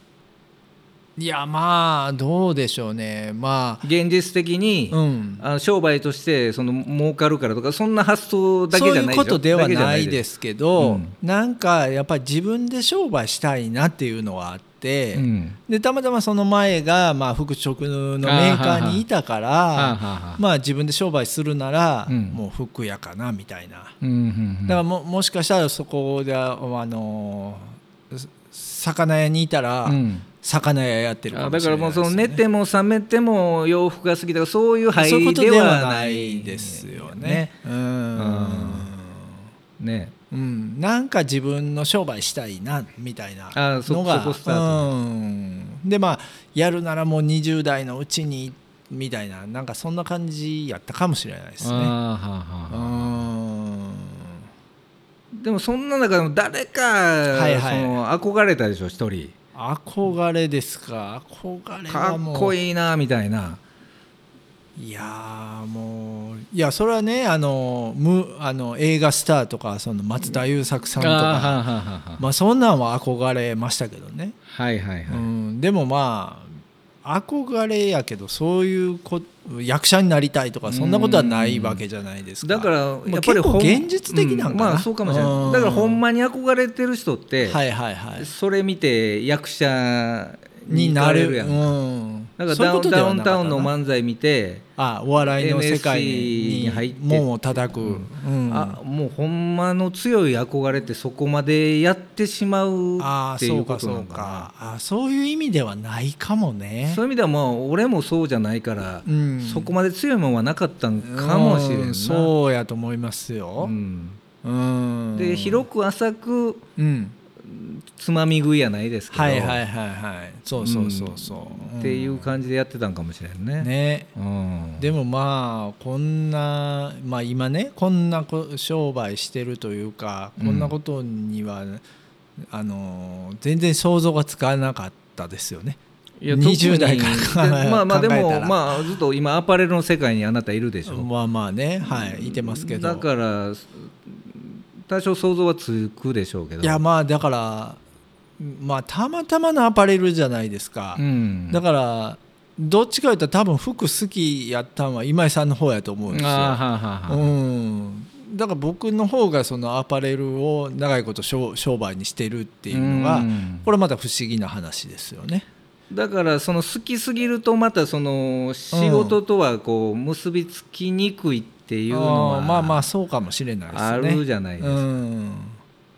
A: いやまあどうでしょうねま
B: 現実的に、
A: あうん
B: あ商売としてその儲かるからとかそんな発想だけ
A: そ
B: じ
A: う
B: ゃないいうでしょ
A: ことではな
B: だ
A: い
B: けじゃ
A: ですけど、
B: うん
A: なんかやっぱり自分で商売したいなっていうのはあって、
B: うん
A: でたまたまその前がまあ服飾のメーカーにいたから
B: はあはあはあ
A: まあ自分で商売するなら、
B: うん
A: もう服屋かなみたいな
B: うんうんうん
A: だからももしかしたらそこであのす魚屋にいたら、
B: うん
A: 魚屋やってるか
B: あ
A: も
B: だ
A: し
B: か
A: れ
B: ら
A: ないです
B: もうそ
A: よ
B: の
A: ね
B: 寝ても覚めても洋服が好きとかそういう
A: そういう
B: 範
A: こ
B: 囲
A: と
B: で
A: で
B: は
A: は
B: な
A: ないいですよね。うん
B: ね
A: うん、なんか自分の商売したいなみたいな
B: あーそ
A: のが
B: そこスター
A: うん、でまあやるならもう20代のうちにみたいななんかそんな感じやったかもしれないです
B: あー
A: ね。う
B: はあはあ
A: ん
B: でもそんな中でも誰か、
A: いはい
B: その憧れたでしょ一人
A: 憧れですか憧れ
B: か
A: はもう
B: っこいいなみたいない
A: やーもういやそれはねあのむあの映画スターとかその松田優作さんと
B: あーは
A: か
B: あはあはあ
A: まあ、そんなんは憧れましたけどね、
B: はいはいは
A: う
B: い、
A: ん、でもまあ憧れやけどそういうこ役者になりたいとかそんなことはないわけじゃないですか
B: だからや
A: もう
B: っぱり
A: 結構
B: ほん
A: 現実的なんかな
B: まあそうかもしれな
A: う
B: い
A: ん
B: だからほんまに憧れてる人って、
A: はいはいはい
B: それ見て役者
A: に
B: に
A: な
B: なれ
A: る
B: るやん
A: うん、
B: なんか
A: そうい
B: ダ
A: うこ
B: ウン
A: とで
B: ダ
A: は
B: ウン
A: なかった
B: タ
A: な
B: ウンの漫才見て、
A: あお笑いの世界
B: NSC に入っ
A: に
B: て
A: 門を叩く、うん
B: あもうほんまの強い憧れってそこまでやってしまう
A: ああ
B: ってい
A: そう
B: うこ
A: か
B: と
A: そ
B: な
A: うん
B: かな
A: かあそういう意味ではないかも
B: そう
A: ね
B: いう意味ではまあ俺もそうじゃないから、
A: うん
B: そこまで強いもんはなかったんかもしれんな
A: う
B: い
A: そうやと思いますよ、うん
B: で広く浅く
A: うん
B: つまみ食いやないですけど、
A: はいはいはいはいそうそうそうそう、
B: うんっていう感じでやってたんかもしれんね。
A: ね
B: うん、
A: でもまあこんなまあ今ねこんなこ商売してるというかこんなことには、あの全然想像がつかなかったですよね
B: いや
A: 20代から
B: 特
A: 考え
B: にでまあまあ
A: 考え
B: で
A: たら
B: もまあずっと今アパレルの世界にあなたいるでしょ。
A: まあまあねはいいてますけど
B: だから多少想像はつくでしょうけど
A: いやまあだからまあたまたまのアパレルじゃないですか、
B: うん
A: だからどっちか言ったら多分服好きやったんは今井さんの方やと思うんですよ
B: あーはあはあは
A: う
B: あ
A: ん、だから僕の方がそのアパレルを長いこと商商売にしてるっていうのが、
B: うん
A: これまた不思議な話ですよね。
B: だからその好きすぎるとまたその仕事とはこう結びつきにくいっていうのは
A: あーまあまあそうかもしれないですね。
B: あるじゃないですか
A: うん
B: ね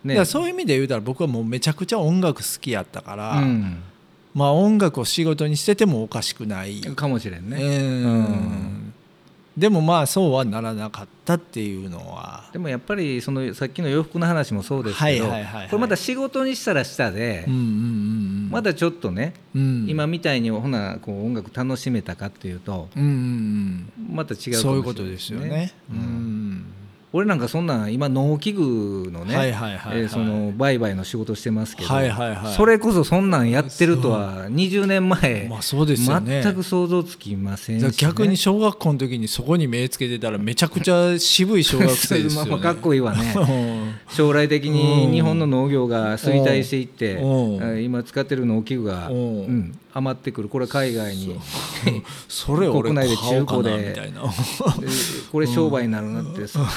A: だからそういう意味で言うたら僕はもうめちゃくちゃ音楽好きやったから、
B: うん
A: まあ音楽を仕事にしててもおかしくない、
B: かもしれんね、
A: うん
B: うん
A: でもまあそうはならなかったっていうのは
B: でもやっぱりそのさっきの洋服の話もそうですけ
A: はい
B: ど、
A: はいはいはい
B: これまた仕事にしたらしたで、
A: うんうんうんうん
B: まだちょっとね、
A: うん
B: 今みたいにほなこう音楽楽しめたかっていうと
A: うんうんうん
B: また違うかもしれない
A: そういうことですよね。うん
B: 俺なんかそんなん今農機具のね
A: は
B: え
A: いはいはいはい
B: ーその売買の仕事してますけど、
A: はいはいはい
B: それこそそんなんやってるとは20年前、
A: まあそうですよね
B: 全く想像つきませんし、
A: だ
B: ね、
A: から逆に小学校の時にそこに目つけてたらめちゃくちゃ渋い小学生ですよね。
B: *laughs* まあかっこいいわね
A: *laughs* うん
B: 将来的
A: う
B: に
A: ん
B: 日本の農業が衰退していって、
A: うん
B: えー今使ってる農機具が、う
A: うん
B: ん、余ってくるこれ海外に
A: それ俺
B: *laughs* 国内で
A: 買おうかな
B: 中古で
A: みたいな。
B: *laughs* えーこれ商売になるなって、そんな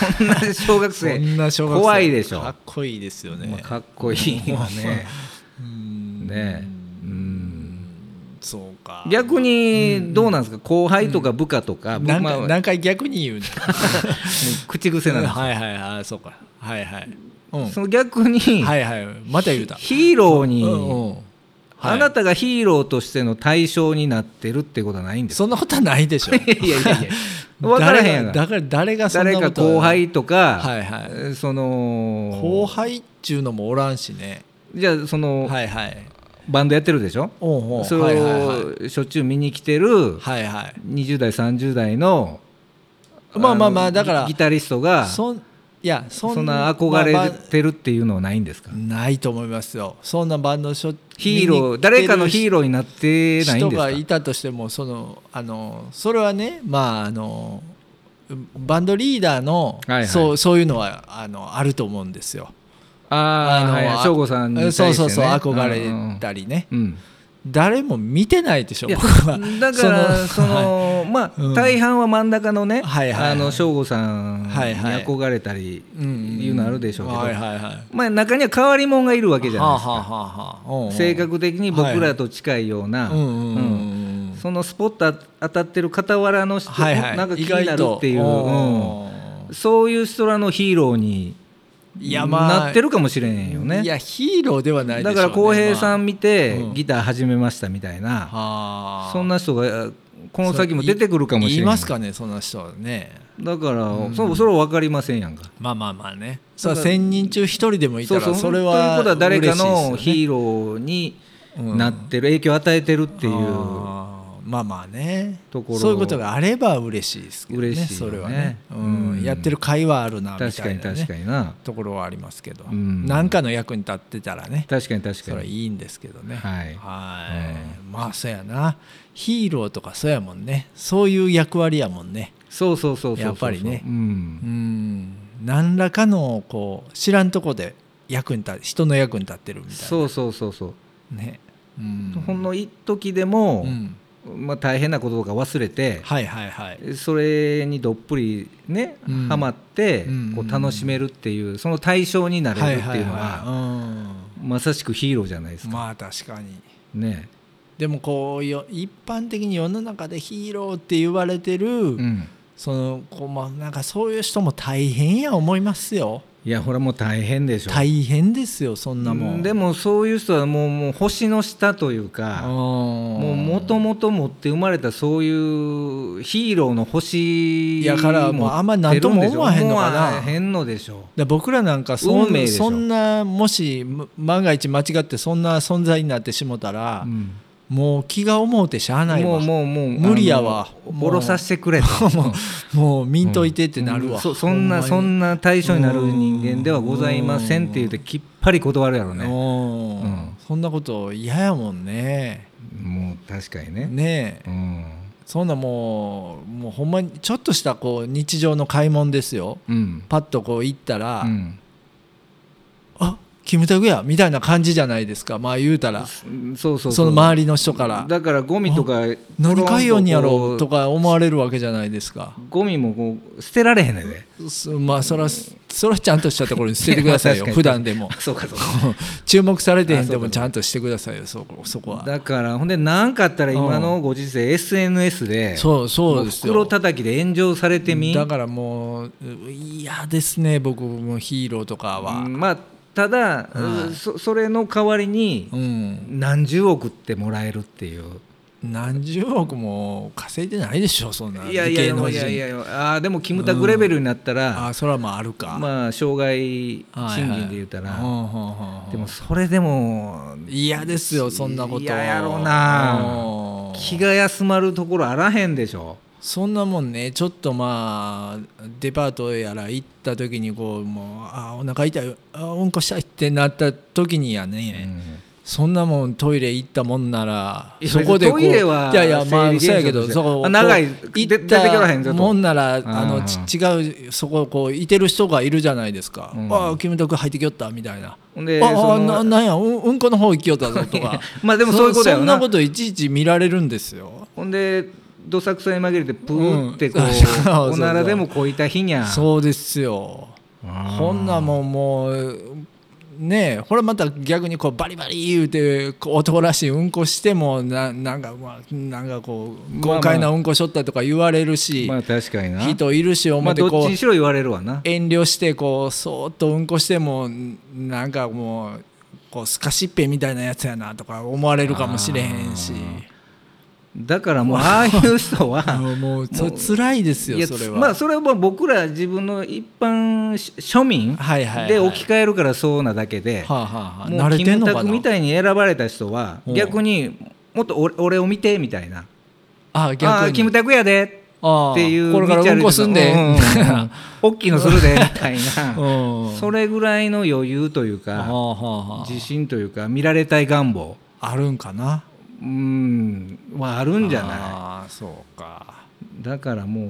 B: 小学
A: そ
B: 生
A: んな小学生
B: 怖いでしょ
A: かっこいいですよ
B: ま
A: ね
B: あ。かっこいいわね。
A: うん
B: ねうん
A: そうか。
B: 逆にどうなんですか、後輩とか部下とか、僕
A: 何
B: まあ
A: 回何回逆に言うね。
B: 口 *laughs* 癖なんです、
A: はいはいはいそうかはいはい。うん
B: その逆に、
A: はいはいまた言うた。
B: ヒーローに、
A: うんうんはい
B: あなたがヒーローとしての対象になってるってことはないんですか
A: そんなことはないでしょ。
B: *laughs* いやいやいやいや
A: *laughs*
B: 分からへん
A: 誰が
B: やん
A: だから誰がそんな
B: 誰
A: こと
B: か
A: は
B: 後輩とか、
A: はいはい
B: えーその
A: 後輩っちゅうのもおらんしね
B: じゃあその、
A: はいはい
B: バンドやってるでしょ
A: おうおう
B: そ
A: はい
B: れ
A: はいはい
B: をしょっちゅう見に来てる
A: はいはい
B: 20代30代の
A: まあまあ
B: の
A: まあだから
B: ギギタリストが
A: そんいやそん
B: そんな憧
A: まあ
B: れ
A: ま
B: てるっていうのはないんですか
A: あないと思いますよそんなバンドしょ
B: ヒーロー誰かのヒー
A: ロ
B: ローになってないん
A: 人
B: です
A: が
B: か
A: いたとしてもそのあのそれはねまああのバンドリーダーの、
B: はいはい
A: そうそういうのはあのあると思うんですよ。
B: あ
A: の
B: あ、はい、省吾さんに対して、
A: そ
B: ね、
A: うそうそう憧
B: うん
A: れたりね、
B: うん
A: 誰も見てないでしょ *laughs*
B: いや
A: 僕は
B: だからその
A: はい
B: まあ、
A: うん
B: 大半は真ん中のね、
A: はいはいはい
B: あの省吾さんに
A: はいはい
B: 憧れたりいうのあるでしょうけど、
A: はいはいはい
B: まあ、中には変わり者がいるわけじゃないですか、
A: はあはあはあはあうんうん
B: 性格的に僕らと近いような、
A: うんうんうん
B: うん
A: うん
B: そのスポット当たってる傍らの人、
A: はいはい
B: なんか気になるってい
A: 意
B: う、
A: 外と
B: うんそういう人らのヒーローに
A: いやまあ
B: なってるかもしれんよね
A: いやヒーローではないでしょう
B: だ
A: ね
B: から浩平さん見て
A: うん
B: ギター始めましたみたい
A: ま
B: な、
A: あはあ
B: そんな人がこの先も出てくるかもしれない
A: 言いますかねそんな人はね
B: だから、そそれは分かりませんやんか
A: まあまあまあねそれ
B: だ
A: は
B: から
A: 1000人中1人でもいた
B: そう
A: ら
B: そう
A: それ
B: という
A: は
B: ことは誰かの
A: 嬉しい
B: ヒ
A: で
B: ーローに
A: すよね
B: なってる、影響を与えてるっていう
A: うんあーまあまあね
B: ところ
A: そういうことがあれば嬉しいですけどね
B: 嬉しい
A: そ
B: よね
A: れはね、う
B: うん
A: ん、やってる会はあるなみたいな、ね
B: 確、かに確かにな
A: ところはありますけど
B: う
A: 何、
B: ん
A: なん、かの役に立ってたらね
B: 確かに確
A: そ
B: か
A: れは
B: に
A: いいんですけどね
B: はい
A: はいまあそうやなヒーローとかそうやもんねそういう役割やもんね
B: そうそうそうそうそう
A: やっぱりね
B: うん
A: うん何らかのこう知らんとこで役に立人の役に立ってるみたいな
B: そうそうそうそう、
A: ね、うん、
B: ほんの一時でも
A: う、ん、
B: まあ、大変なことが忘れて、
A: はいはいはい
B: それにどっぷりね、
A: うん
B: ハマって
A: うん
B: こう楽しめるっていうその対象になれるっていうの
A: はは
B: は
A: は
B: まさしくヒーローじゃないで
A: う
B: す
A: ん、
B: か、
A: まあ確かに
B: ね、
A: でもこうよ一般的に世の中でヒーローって言われてる、
B: うん、
A: そのこうまあなんかそういう人も大変や思いますよ
B: いやほらもう大変でしょ
A: 大変ですよそんなもん
B: で
A: も
B: もそういう人はもうもう星の下というかもう
A: も
B: 元々持って生まれたそういうヒーローの星
A: いやからもうあんま何とも思わへんのかな
B: 持ってるでしょ思わへんのでしょ
A: で僕らなんかそ
B: 運命で
A: ん
B: しょ
A: そんなもしむ万が一間違ってそんな存在になってしもたら、
B: うん
A: もう気が思うてしゃあないわ
B: もうもうもう
A: 無理やわ
B: あの
A: もう
B: 降ろさせてくれと
A: もうもう見んといてってなるわ、
B: そそんなそんな対象になる人間ではございませんって言うてきっぱり断るやろ
A: な、
B: ね
A: おー
B: うん
A: そんなこと嫌やもんね
B: もう確かにね
A: ねえ
B: うん、
A: そんなもうもうほんまにちょっとしたこう日常の買い物ですよ
B: うん
A: パッとこう行ったら、
B: うん
A: あキムタクやみたいな感じじゃないですかまあ言うたらそ
B: そうそうう
A: の周りの人から
B: だからゴミとか
A: 何買いよんやろと
B: か
A: か思われるわけじゃないですか
B: ゴミもこう捨てられへんねんで
A: そまあそらそらちゃんとしたところに捨ててくださいよ
B: *laughs* いやまあ
A: 普段でも
B: そうかそう
A: *laughs* 注目されてへんで
B: あそう
A: も
B: か
A: ちゃんとしてくださいよそこそこ
B: か
A: は
B: だからほんで何かあったら今のご時世 SNS で
A: そうそうですよ
B: もう袋叩きで炎上されてみ
A: だからもうう嫌ですね僕もヒーローとか
B: う
A: は
B: んまあただ、
A: はい
B: そそれの代わりに
A: うん
B: 何十億ってもらえるっていう
A: 何十億も稼いでないでしょそんない
B: やいやい
A: 芸能
B: やいやい
A: 人
B: やあーでもキムタクレベルになったら、
A: あそれはまああるか
B: まあ障害
A: はいはい
B: 賃金で言ったら、
A: ほんほんほんほん
B: でもそれでも
A: 嫌ですよそんなこと
B: 嫌やろうな
A: うん
B: 気が休まるところあらへんでしょ
A: そんなもんねちょっとまあデパートやら行った時にこうもうあお腹痛いあうんこしたいってなった時にやね、そんなもんトイレ行ったもんなら
B: いや
A: そこでこう
B: トイレはい
A: やいやまあ
B: 生理
A: そう
B: 現象
A: やけど
B: として
A: そこ
B: あ長い
A: こう
B: で
A: 行っ
B: 出てこらへんぞ
A: た
B: と
A: もんなら
B: ん
A: あのち違うそここういてる人がいるじゃないですか、
B: うん
A: ああキムタク入ってきよったみたいな。
B: ほんでそ
A: ああ
B: の
A: ななんやうんうんこの方行きよったぞとか
B: まあでも *laughs* そういうことや
A: そ
B: ろ
A: ん
B: な
A: なこといちいち見られるんですよ
B: ほんでどさくさに紛れてプーってこう、
A: うんそうそうそう
B: おならでもこいた日にゃ
A: そうですよ
B: あー
A: こんなもんもうねえほらまた逆にこうバリバリ言うてこう男らしいうんこしてもななんかまあなんかこう
B: まあまあ
A: 豪快なうんこしょったとか言われるし、
B: まあ確かにな
A: 人いるし思
B: ま
A: っ
B: あ
A: て
B: どっち
A: こう
B: にしろ言われるわな
A: 遠慮してこうそーっとうんこしてもなんかもうこうスカシッペみたいなやつやなとか思われるかもしれへんし
B: だからもうああいう人は
A: *laughs* もうもうそ辛いです
B: いや
A: よそれは。
B: まあそれはまあ僕ら自分の一般し庶民
A: はいはいはい
B: で置き換えるからそうなだけで、
A: はあはあはあ、
B: も
A: 慣
B: う
A: れ
B: キ
A: てん
B: ム
A: の
B: タ
A: か
B: ク
A: な
B: みたいに選ばれた人は
A: うん
B: 逆にもっと俺俺を見てみたいな
A: あ
B: 「
A: 逆に
B: ああーキムタクやで」
A: ああ
B: っていう
A: これから
B: 道歩
A: うん
B: いて
A: こすんで、
B: うう
A: *laughs*
B: うん *laughs* 大きいのするでみたいな
A: うん
B: それぐらいの余裕という
A: は
B: か
A: あはあは
B: 自信というか見られたい願望
A: ああるんかな
B: うんはあるんじゃない
A: ああそうか
B: だからも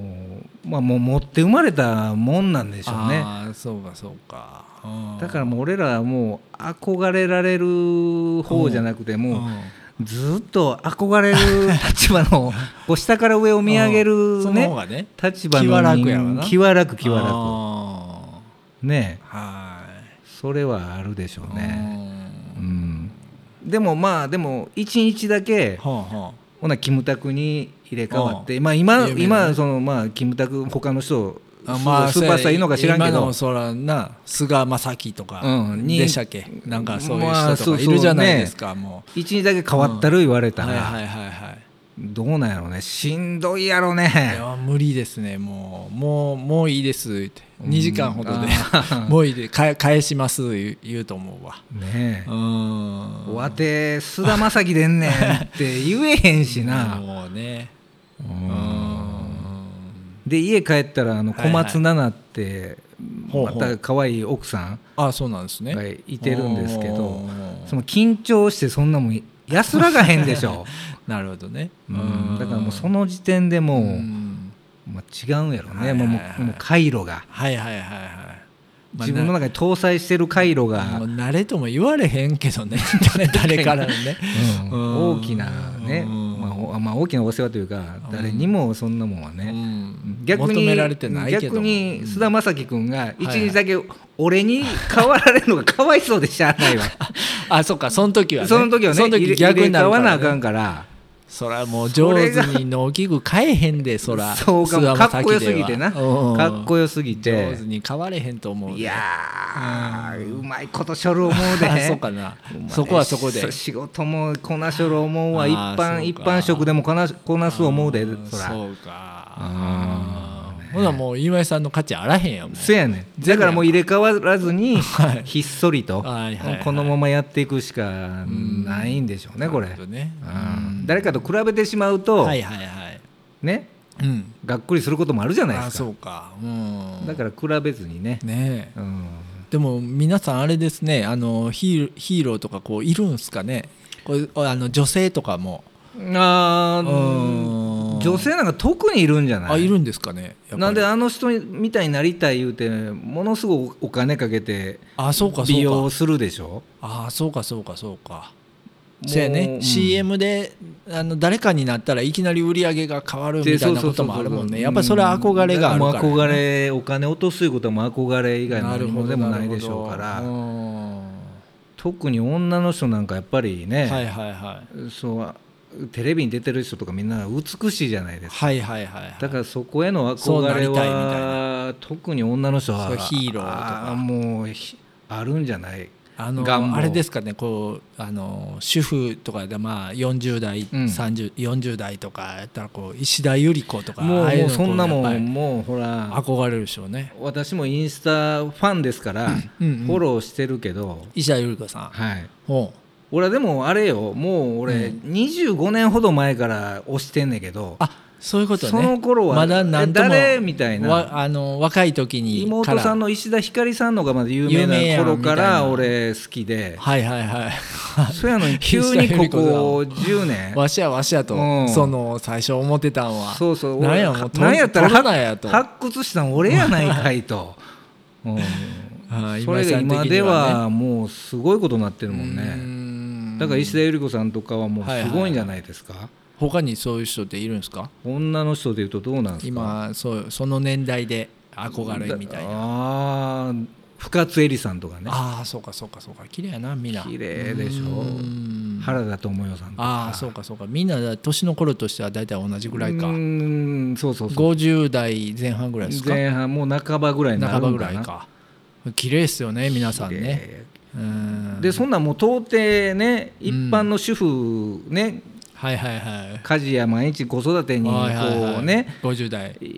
B: う,、まあ、もう持って生まれたもんなんでしょうね。
A: ああそうかそうか、うん
B: だからもう俺らはもう憧れられる方じゃなくて
A: う
B: も
A: ん
B: うずっと憧れる立場のこう下から上を見上げ
A: うん
B: る
A: その方
B: ね
A: がね
B: 立場の
A: 気は楽やわな
B: 気は楽気は楽
A: あ
B: ね
A: あはい
B: それはあるでしょうね
A: う
B: うんんでもまあでも一日だけ
A: はあは
B: ほなキムタクに入れ替わって
A: う
B: まあ今
A: 有名だね
B: 今そのまあキムタク他の人
A: あまあ
B: スーパースターいいのか知らんけ
A: 今
B: ど
A: のそらな菅田将暉とか
B: うんに
A: でしたっけ、なんかそういう
B: まあ
A: 人と
B: そう
A: か
B: そ
A: いうるじゃないですか、も
B: 一日だけ変わったる言われ
A: う
B: た
A: はい
B: ら、
A: はいはいはい
B: どうなんやろうねしんどいやろ
A: い
B: ね
A: や無理ですねもうもうもういいですって
B: うん
A: 2時間ほどで
B: あー
A: *laughs* もういいでか返します言う言うと思うわ
B: ね
A: う
B: え
A: ん
B: わて菅田将暉でんねんって言えへんしな
A: もうね
B: うん
A: うん
B: で家帰ったらあの
A: はいは
B: 小
A: い
B: 松菜奈って
A: ほう
B: ま
A: ほう
B: た可愛い奥さん
A: あそうなんですね、
B: がいてるんですけど
A: うん
B: その緊張してそんなもん安らがへんで
A: *laughs*
B: しょ、
A: なるほどね
B: うんだからもうそ
A: の
B: の時点でもう、
A: うん
B: まあ、違うんやろね、
A: はいはいはい
B: もうもうもう回路が
A: はいはいはいはい、まあ
B: 自分の中に搭載してる回路
A: な
B: が
A: もう、慣れとも言われへんけどね
B: *laughs*
A: 誰誰からもね
B: うん
A: うん
B: 大きなね、
A: うん
B: まあおまあ、大きなお世話というか
A: うん
B: 誰にもそんなもんは
A: う
B: ね、
A: ん
B: 逆に
A: 求められてないけど
B: 逆に菅田将暉君が一
A: はいはい
B: 日だけ俺に変わられるのがかわいそうでしゃ
A: *laughs*
B: あないわ
A: あそっかその時はね
B: その時はね
A: その時逆になるか
B: 入れ替わ
A: ら
B: なあ
A: ら、
B: か
A: ね
B: んから
A: そらもう上手に農機具買えへんでそら
B: そうかも
A: 諏訪
B: かっ
A: 間
B: こよ
A: 先ですは
B: ぎてな
A: うん
B: かっこよすぎて
A: 上手に買われへんと思う
B: い
A: で
B: やーうまいことしょる思うで
A: あ *laughs* そうかな
B: うまい
A: そこはそこで
B: 仕事もこなしょる思うわ
A: あ
B: 一
A: ー
B: 般
A: そう
B: 一
A: か
B: 般職でもこなしこなす思うで
A: うん
B: そら
A: うか
B: あー
A: うんほなもう今井さんの価値あらへんやもん
B: そうやねんだからもう入れ替わらずに
A: はい
B: ひっそりと
A: はいはいはい
B: このままやっていくしかないんでしょうねこれ
A: なるほどね
B: うん誰かと比べてしまうと
A: はいはいはい
B: ね
A: うん
B: がっくりすることもあるじゃない
A: あ
B: です
A: そ
B: か
A: うかうん
B: だから比べずにね
A: ねえ
B: うん
A: でも皆さんあれですねあのヒーヒーローとかこういるんすかねこれあの女性とかも
B: あ
A: う
B: ー
A: ん
B: 女性なんか特にいるんじゃない
A: あいるんですかねやっぱり
B: なんであの人みたいになりたい言うてものすごくお金かけて
A: あそうかそうか
B: 美容するでしょ
A: ああそうかそうかそうか
B: もう
A: そうやね、
B: うん
A: CM であの誰かになったらいきなり売り上げが変わるみたいなこともあるもんねやっぱりそれは憧れがあるから、ね、
B: もう憧れお金落とすいうことはもう憧れ以外の
A: なる
B: 何
A: ほ
B: も
A: ど
B: でもないでしょうから
A: なるほどうん
B: 特に女の人なんかやっぱりね、
A: はいはいはい
B: そうテレビに出てる人とかみんな美しいじゃないですか
A: はいはいはいはい
B: だからそこへの
A: そう
B: 憧
A: なりたい
B: れ
A: みたいな
B: は特に女の人
A: そ
B: は
A: うヒーローとか
B: あもうひあるんじゃない
A: あの
B: 願望
A: あれですかねこうあの主婦とかでまあ40代、
B: うん
A: 30 40代とかやったらこう石田ゆり子とか
B: もう
A: ああいの
B: もう
A: こ
B: そんなも
A: やっぱ
B: ん
A: り
B: もうほら
A: 憧れるでしょうね
B: 私もインスタファンですからフ
A: うんうん
B: ォローしてるけど、
A: 石田ゆり子さん
B: はい、
A: ほう
B: 俺はでもあれよもう俺
A: う
B: 25年ほど前から推してんねんけど、
A: あそういうことね
B: その頃は
A: まだ何とも
B: え誰みたいな
A: わあの若い時に
B: 妹さん
A: の
B: の石田ひかりさんのがまだ有名
A: 有名や
B: なん頃か
A: みたい
B: ら
A: な
B: 俺好
A: *laughs*
B: きで
A: はいはいはい
B: そ
A: *laughs*
B: やのに急にここ10年
A: わしやわしやと、
B: うん
A: その最初思ってたんは
B: そうそう
A: なん
B: 俺
A: やもうと
B: なんやったら
A: 取らないやと
B: 発掘したん俺やないか
A: *laughs*
B: いと、うん
A: あー
B: それが今ではもうすごいことになってる
A: 今
B: も
A: 井
B: ん
A: さん的にはねうー
B: ね
A: ん
B: だから石田ゆり子さんとかはもうすごいんじゃないですか、
A: 他にそういう人っているんですか
B: 女の人でいうとどうなんですか
A: 今そうその年代で憧れみたいな
B: なあー深津絵里さんとかね
A: ああそうかそうかそうか綺麗やなみんな
B: 綺麗でしょ
A: うーん
B: 原田智代さんとか
A: ああそうかそうかみんな年の頃としては大体同じぐらいうか
B: ーんそうそうそう
A: 50代前半ぐらいですか
B: 前半もう半ばぐらいにな
A: 半
B: る
A: ば
B: ん
A: ぐ
B: から
A: い
B: な
A: か綺麗ですよね皆さんね
B: で
A: うん
B: でそんなんもう到底ね
A: うん
B: 一般の主婦ね
A: はいはいはい
B: 家事や毎日子育てにこ
A: はいはいはいう
B: ね
A: 50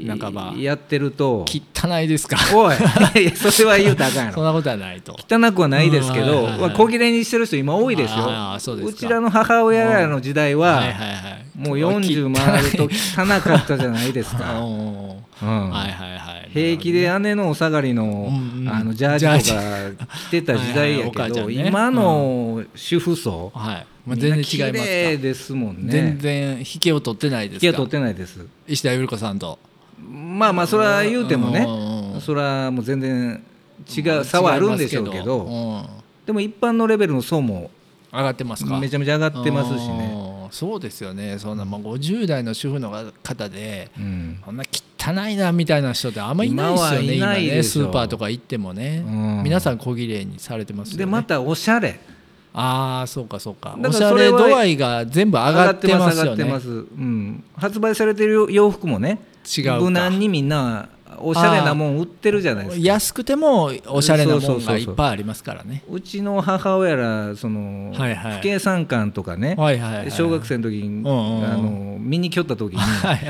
A: 代半ば
B: やってると
A: 汚いですか
B: おいいやそれは言うたらあかんやろ
A: *laughs* そんなことはないと
B: 汚くはないですけ
A: うん
B: ど、
A: はいはいはい
B: まあ小切れにしてる人今多いですよ
A: あーそうですか
B: ちらの母親の時代は、
A: はいはいはい
B: もう40回ると汚かったじゃないで
A: *laughs*
B: すか、
A: おー
B: うん
A: はいはいはい
B: 平気で姉のお下がりの,、
A: うんうん
B: あのジャージとか着てた時代やけど
A: はいはいお母ちゃんね
B: 今の主婦層、
A: はいも
B: み
A: うん
B: な
A: 全然違いま
B: 綺麗
A: すか
B: ですもん
A: 全
B: ね
A: 然引けを取ってないで
B: 引き
A: す
B: は取
A: か
B: ってないです
A: 石田ゆり子さんと
B: まあまあそれは言うてもね、
A: ん
B: それはもう全然違
A: ま
B: う差はあるんでしょうけ
A: 違います
B: ど、
A: うん
B: でも一般のレベルの層も
A: 上がってますか
B: めちゃめちゃ上がってますしね。
A: ねそうですよねそんなもう50代の主婦の方で
B: うん
A: こんな汚いなみたいな人ってあんまりいないですよね
B: 今
A: 今
B: はいないで
A: ね
B: し
A: ス
B: ょ
A: ーパーとか行ってもね、
B: うん
A: 皆さん小切れにされてますよね
B: でまたおしゃれ
A: ああそうかそうか
B: だ
A: お
B: か
A: し
B: ら
A: ゃ
B: それ
A: れ
B: は
A: 度合いが全部上がってますよ
B: 上がって
A: ね
B: ます、うん、発売されてる洋服もね
A: 違うか
B: 無難にみんなおしゃれなもん売ってるじゃないですか
A: 安くてもおしゃれなも
B: そ
A: の
B: うそうそ
A: が
B: う
A: いっ
B: そう
A: ぱいありますからね
B: うちの母親らその、
A: はいはい
B: 不計算感とかね、
A: はいはいはい
B: 小学生の時に、
A: んうんうん
B: あの見に来よっ
A: *laughs*
B: た時に、
A: はい
B: *laughs*
A: はい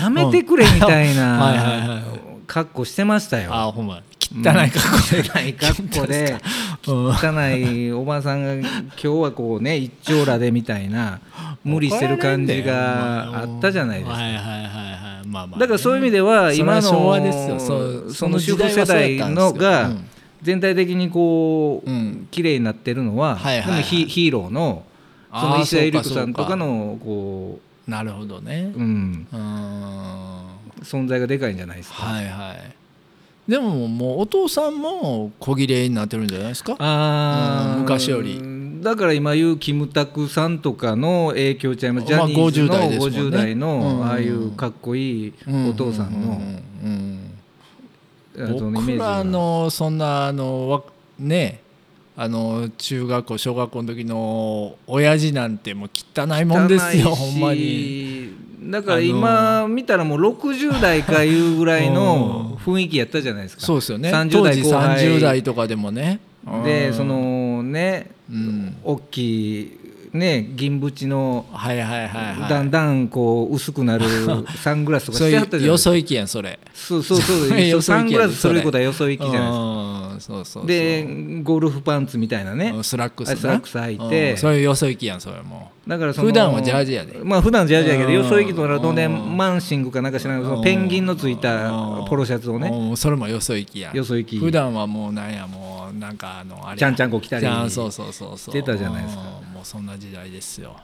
B: やめてくれみたい
A: はいはいは
B: な格好してましたよ。
A: あほんま汚い格好で、
B: 汚い格好で
A: うん
B: 汚いおばさんが今日はこうね一丁羅でみたいな無理してる感じがあったじゃないですか
A: はいはいはいはいまあまあね、
B: だからそういう意味では
A: それは
B: 今の
A: 昭和ですよそう
B: そ
A: そ
B: の主
A: の時
B: 婦
A: 代
B: 世
A: はそうや
B: 代
A: ったんですよ
B: の
A: う
B: が
A: ん
B: 全体的にこう
A: うん
B: 綺麗になってるのは
A: はいはい
B: で
A: は
B: も
A: い
B: ヒヒーローのそ
A: あ
B: の
A: ー
B: 石田ゆり子
A: そうか
B: さんとかのこ
A: なるほどね
B: ううん
A: うーん
B: 存在がでかいんじゃないですか。
A: はいはいでももうお父さんも小切れになってるんじゃないですか
B: あー
A: うん昔より
B: だから今言うキムタクさんとかの影響ちゃいますジ
A: ま
B: ャ
A: あ
B: ニーズの
A: 50代ですもんね
B: 50代
A: うん
B: のああいうかっこいいお父さんの
A: うんうん
B: あ
A: うんう
B: の
A: ん
B: イ
A: 僕
B: メージが
A: らのそんなあのわねあの中学校小学校の時の親父なんてもう汚いもんですよ
B: 汚いし
A: ほんまに
B: だから今見たらもう60代かいうぐらい
A: *laughs*
B: の雰囲気やったじゃないですか
A: そうですよね
B: 30
A: 当
B: 代
A: 時
B: 後輩
A: 30代とかでもねう
B: で
A: ん
B: そのね
A: うん
B: 大きいね銀縁の
A: はいはいはいはい
B: だんだんこう薄
A: *laughs*
B: くなるサングラスとか
A: そ
B: し
A: う
B: て
A: い
B: はった
A: う
B: じゃない
A: よ
B: ですか
A: そ行きやんそれ
B: そうそうそう
A: そう *laughs* よそ行きや
B: サングラスすることはよそ
A: 行
B: 行きじゃないです
A: な
B: か
A: いですかそうそうそう
B: でゴルフパンツみたいなね
A: うんスラックス
B: あ
A: な
B: スラックス履いて
A: うんそれよそ行きやんそれも
B: だからその
A: 普段はジャージやで
B: まあ普段ジャージやけど
A: うん
B: よそ行きとなるとね
A: うん
B: マンシングかなんか知らないけどそのペンギンのついたポロシャツをね
A: うんそれもよそ行きやん
B: よそ行き
A: 普段はもうなんやもうなんかあのあれ
B: ちゃんちゃんこ着たり
A: じゃんそうそうそうそう
B: してたじゃないですか
A: うんもうそんな時代ですよ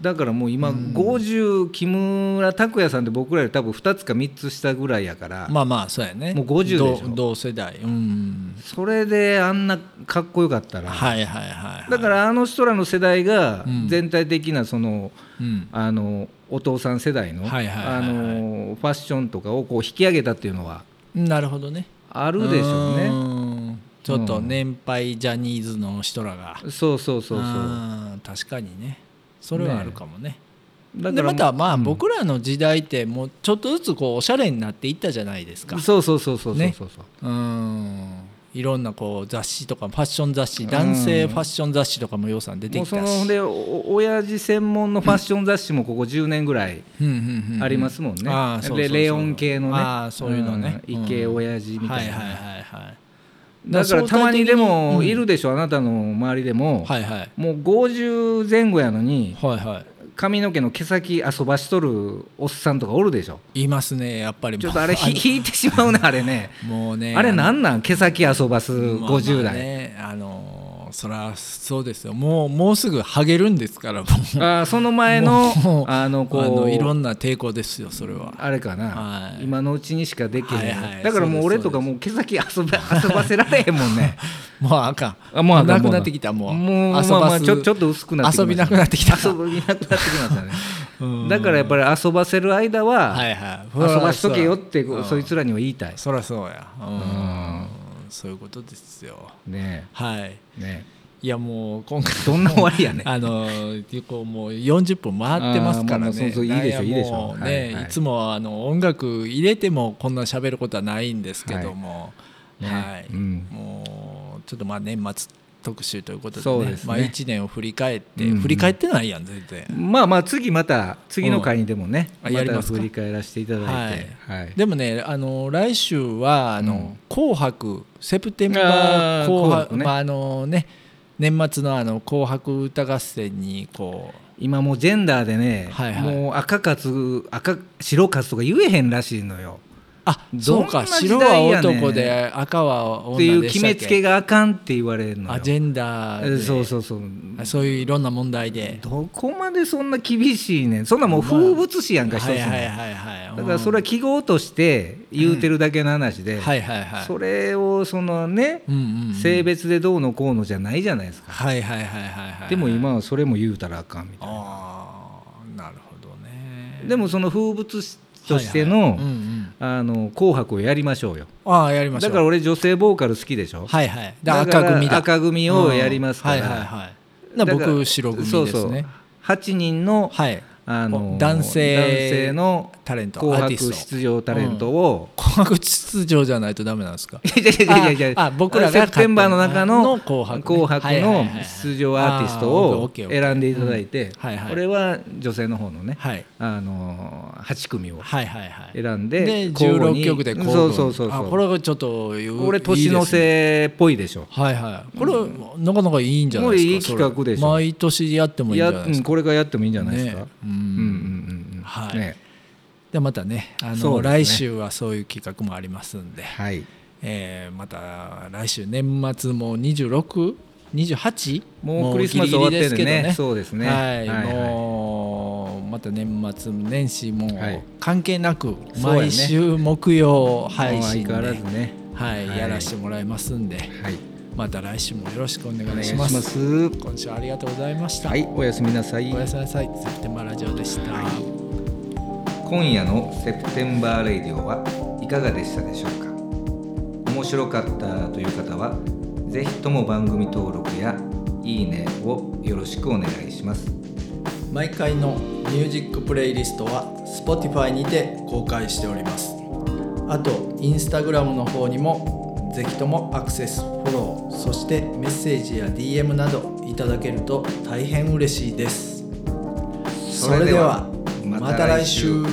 B: だからもう今50木村拓哉さんって僕らより多分2つか3つ下ぐらいやから、
A: まあまあそうやね
B: もう50でしょ
A: 同同世代うん
B: それであんなかっこよかったら、
A: はいはいはいはい
B: だからあの人らの世代が
A: うん
B: 全体的なその、
A: うん
B: あのお父さん世代の
A: はいはいはいはい
B: あのファッションとかをこう引き上げたっていうのは
A: なるほどね
B: あるでしょうね。
A: ねちょっと年配ジャニーズの人らが
B: そうそうそうそう。
A: あー確かにねそれはあるかもね
B: だ
A: で
B: から
A: またまあ
B: うん
A: 僕らの時代ってもうちょっとずつこうおしゃれになっていったじゃないですか
B: そうそうそうそうそう
A: ね
B: そうそう。
A: うんいろんなこう雑誌とかファッション雑誌男性
B: うん
A: ファッション雑誌とかもようさん出て
B: もう
A: き
B: そ
A: た
B: の
A: し
B: ほんでおお親父専門のファッション雑誌もここ10年ぐらい。
A: うんうんうんうん
B: ありますもんね。
A: ああそうそうそう
B: レレオン系のね。
A: ああそういうのね
B: うん
A: うん
B: イケ親父みたいな。
A: はいはいはいはい
B: だからたまにでも
A: うん
B: いるでしょ、あなたの周りでも、
A: はいはい
B: もう50前後やのに
A: はいは
B: 髪の毛の毛先遊ばしとるおっさんとかおるでしょ。
A: いいますねやっぱり
B: ちょっとあれひ引いてしまうなあれね。
A: もう *laughs* ね
B: あれな
A: の
B: んなん毛先遊ばす
A: まあまあ
B: 50代。
A: ねあのーそりゃそうですよもうもうすぐハゲるんですからもう
B: ああその前の
A: もう
B: あの
A: あ
B: こ
A: のいろ
B: うん
A: な抵抗ですよそれは
B: あれかな、
A: はい
B: 今のうちにしかできへん、
A: はいはい
B: だからも
A: そ
B: う
A: う
B: 俺
A: です
B: とかもう毛先遊ば *laughs* 遊ばせられへんもんね。
A: もうあかん
B: あもうあかん
A: なくなってきたもう
B: もう
A: 遊
B: まあま
A: ば
B: あ
A: す
B: ちょちょっと薄くなってきました
A: 遊びなくなってきた
B: 遊びなくなってきましたね
A: *laughs* うん
B: だからやっぱり遊ばせる間は、
A: はいはい
B: 遊ばしとけよって
A: うん
B: そいつらには言いたい
A: そりゃそうやうん
B: ん
A: そういうことですよ
B: ね
A: はい
B: えね
A: いやもう今回
B: えどんな終わりやねん
A: あのこうもう40分回ってますから
B: あーまあまあそう
A: ね。
B: そういいでしょ
A: な
B: う
A: んや
B: いいでしょう
A: もうね、
B: はい
A: い
B: はい
A: つもあの音楽入れてもこんな喋ることはないんですけども、はい、
B: ねうん
A: もうちょっとまあ年末特集ということで,、ね
B: そうですね
A: まあ一年を振り返って、
B: うん
A: 振り返ってないやん全然。
B: まあまあ次また次の回にでもね、
A: うんあやり
B: た
A: ますか
B: 振り返らせていただいて、はい
A: でもねあの来週はあの、
B: うん
A: 紅白セプテン
B: あ
A: バー
B: ー
A: 紅
B: 紅
A: 白
B: 白ね
A: まああのね年末のあの紅白歌合戦にこう。
B: 今もうジェンダーでね、
A: はいはい
B: もう赤かつ赤白かつとか言えへんらしいのよ
A: あそう
B: どん
A: か
B: な時
A: 白は
B: 代やねん
A: 男で赤は
B: ってい
A: 女
B: う
A: でし
B: 決
A: たっ
B: めつけ
A: け
B: があかんって言われるのよ
A: あジェンダー
B: え
A: で
B: そうそうそう
A: あそういういろんな問題で
B: どこまでそんな厳しいねんそんなもう風物詩やんか一つ
A: はい
B: の
A: はいはいはいうん
B: だからそれは記号として言うてるだけの話で、
A: はいはいはい
B: それをそのね、
A: うんうんうん
B: 性別でどうのこうのじゃないじゃないですか、
A: はいはいはいはいはい
B: でも今はそれも言うたらあかんみたいな、
A: ああなるほどね
B: で
A: も
B: もその風物詩としての,、あの紅白をやりましょうよ
A: ああやりましょ
B: だ
A: う
B: から俺女性ボーカル好きでしょ、
A: はいはいで
B: だから
A: 赤組だ
B: 赤組をやりますから
A: うんはいはいはいだから
B: だから
A: 僕白組ですね
B: そうそう8人の
A: はい
B: あの
A: 男性
B: 男性の
A: タレント
B: 紅
A: アーティス
B: 白
A: ト
B: 出場タレントを、
A: 紅白出場じゃないとダメなんですか
B: いやいやいやいや
A: ああ僕らが
B: セプテンバーの中の
A: の紅白ね
B: 紅白
A: はいはいはい
B: の
A: はい
B: 出場アーティスト
A: あーオ
B: を
A: ッケーオッケー
B: 選んでいただいて、
A: はいはい
B: これは女性の方のね、
A: はい
B: あの8組を
A: はいはいはい
B: 選んで
A: で
B: 交互に
A: 16曲で交
B: そ
A: 互
B: う
A: に
B: そうそうそ
A: あ
B: う
A: これはちょっといい
B: これ
A: いい
B: 年の
A: ですね
B: せっぽいでしょ
A: はいはいこれなかなかいいんじゃないですか
B: もういい企画でしょ
A: それ毎年やってもいいんじゃない
B: い
A: で
B: やう
A: す
B: ん
A: か
B: これがやってもいいんじゃないですか、
A: ねう
B: うんんうんうんうん
A: はい
B: ね
A: でまたねあ
B: そ
A: の
B: うですね
A: 来週はそういう企画もありますんで
B: はい
A: えーまた来週年末も 26?28?
B: もうクリスマス終わってんでねそうですね
A: はい、
B: はいはい
A: もうまた年末年始も
B: はい
A: 関係なく
B: そうやね
A: 毎週木曜配
B: もう
A: 信
B: 相
A: で、
B: 変わらずね
A: はい
B: はい
A: やらせてもらいますんで
B: はい
A: また来週もよろしくお願
B: お願
A: い
B: い
A: し
B: し
A: ま
B: ますす
A: 今週はありがとうございました、
B: はいおやすみなさい
A: おやすみなさいセプテンバーラジオでした、
B: 今夜のセプテンバーレイディオはいかがでしたでしょうか面白かったという方はぜひとも番組登録やいいねをよろしくお願いします
A: 毎回のミュージックプレイリストは Spotify にて公開しておりますあと Instagram の方にもぜひともアクセスフォローそしてメッセージや DM などいただけると大変嬉しいですそれではまた来週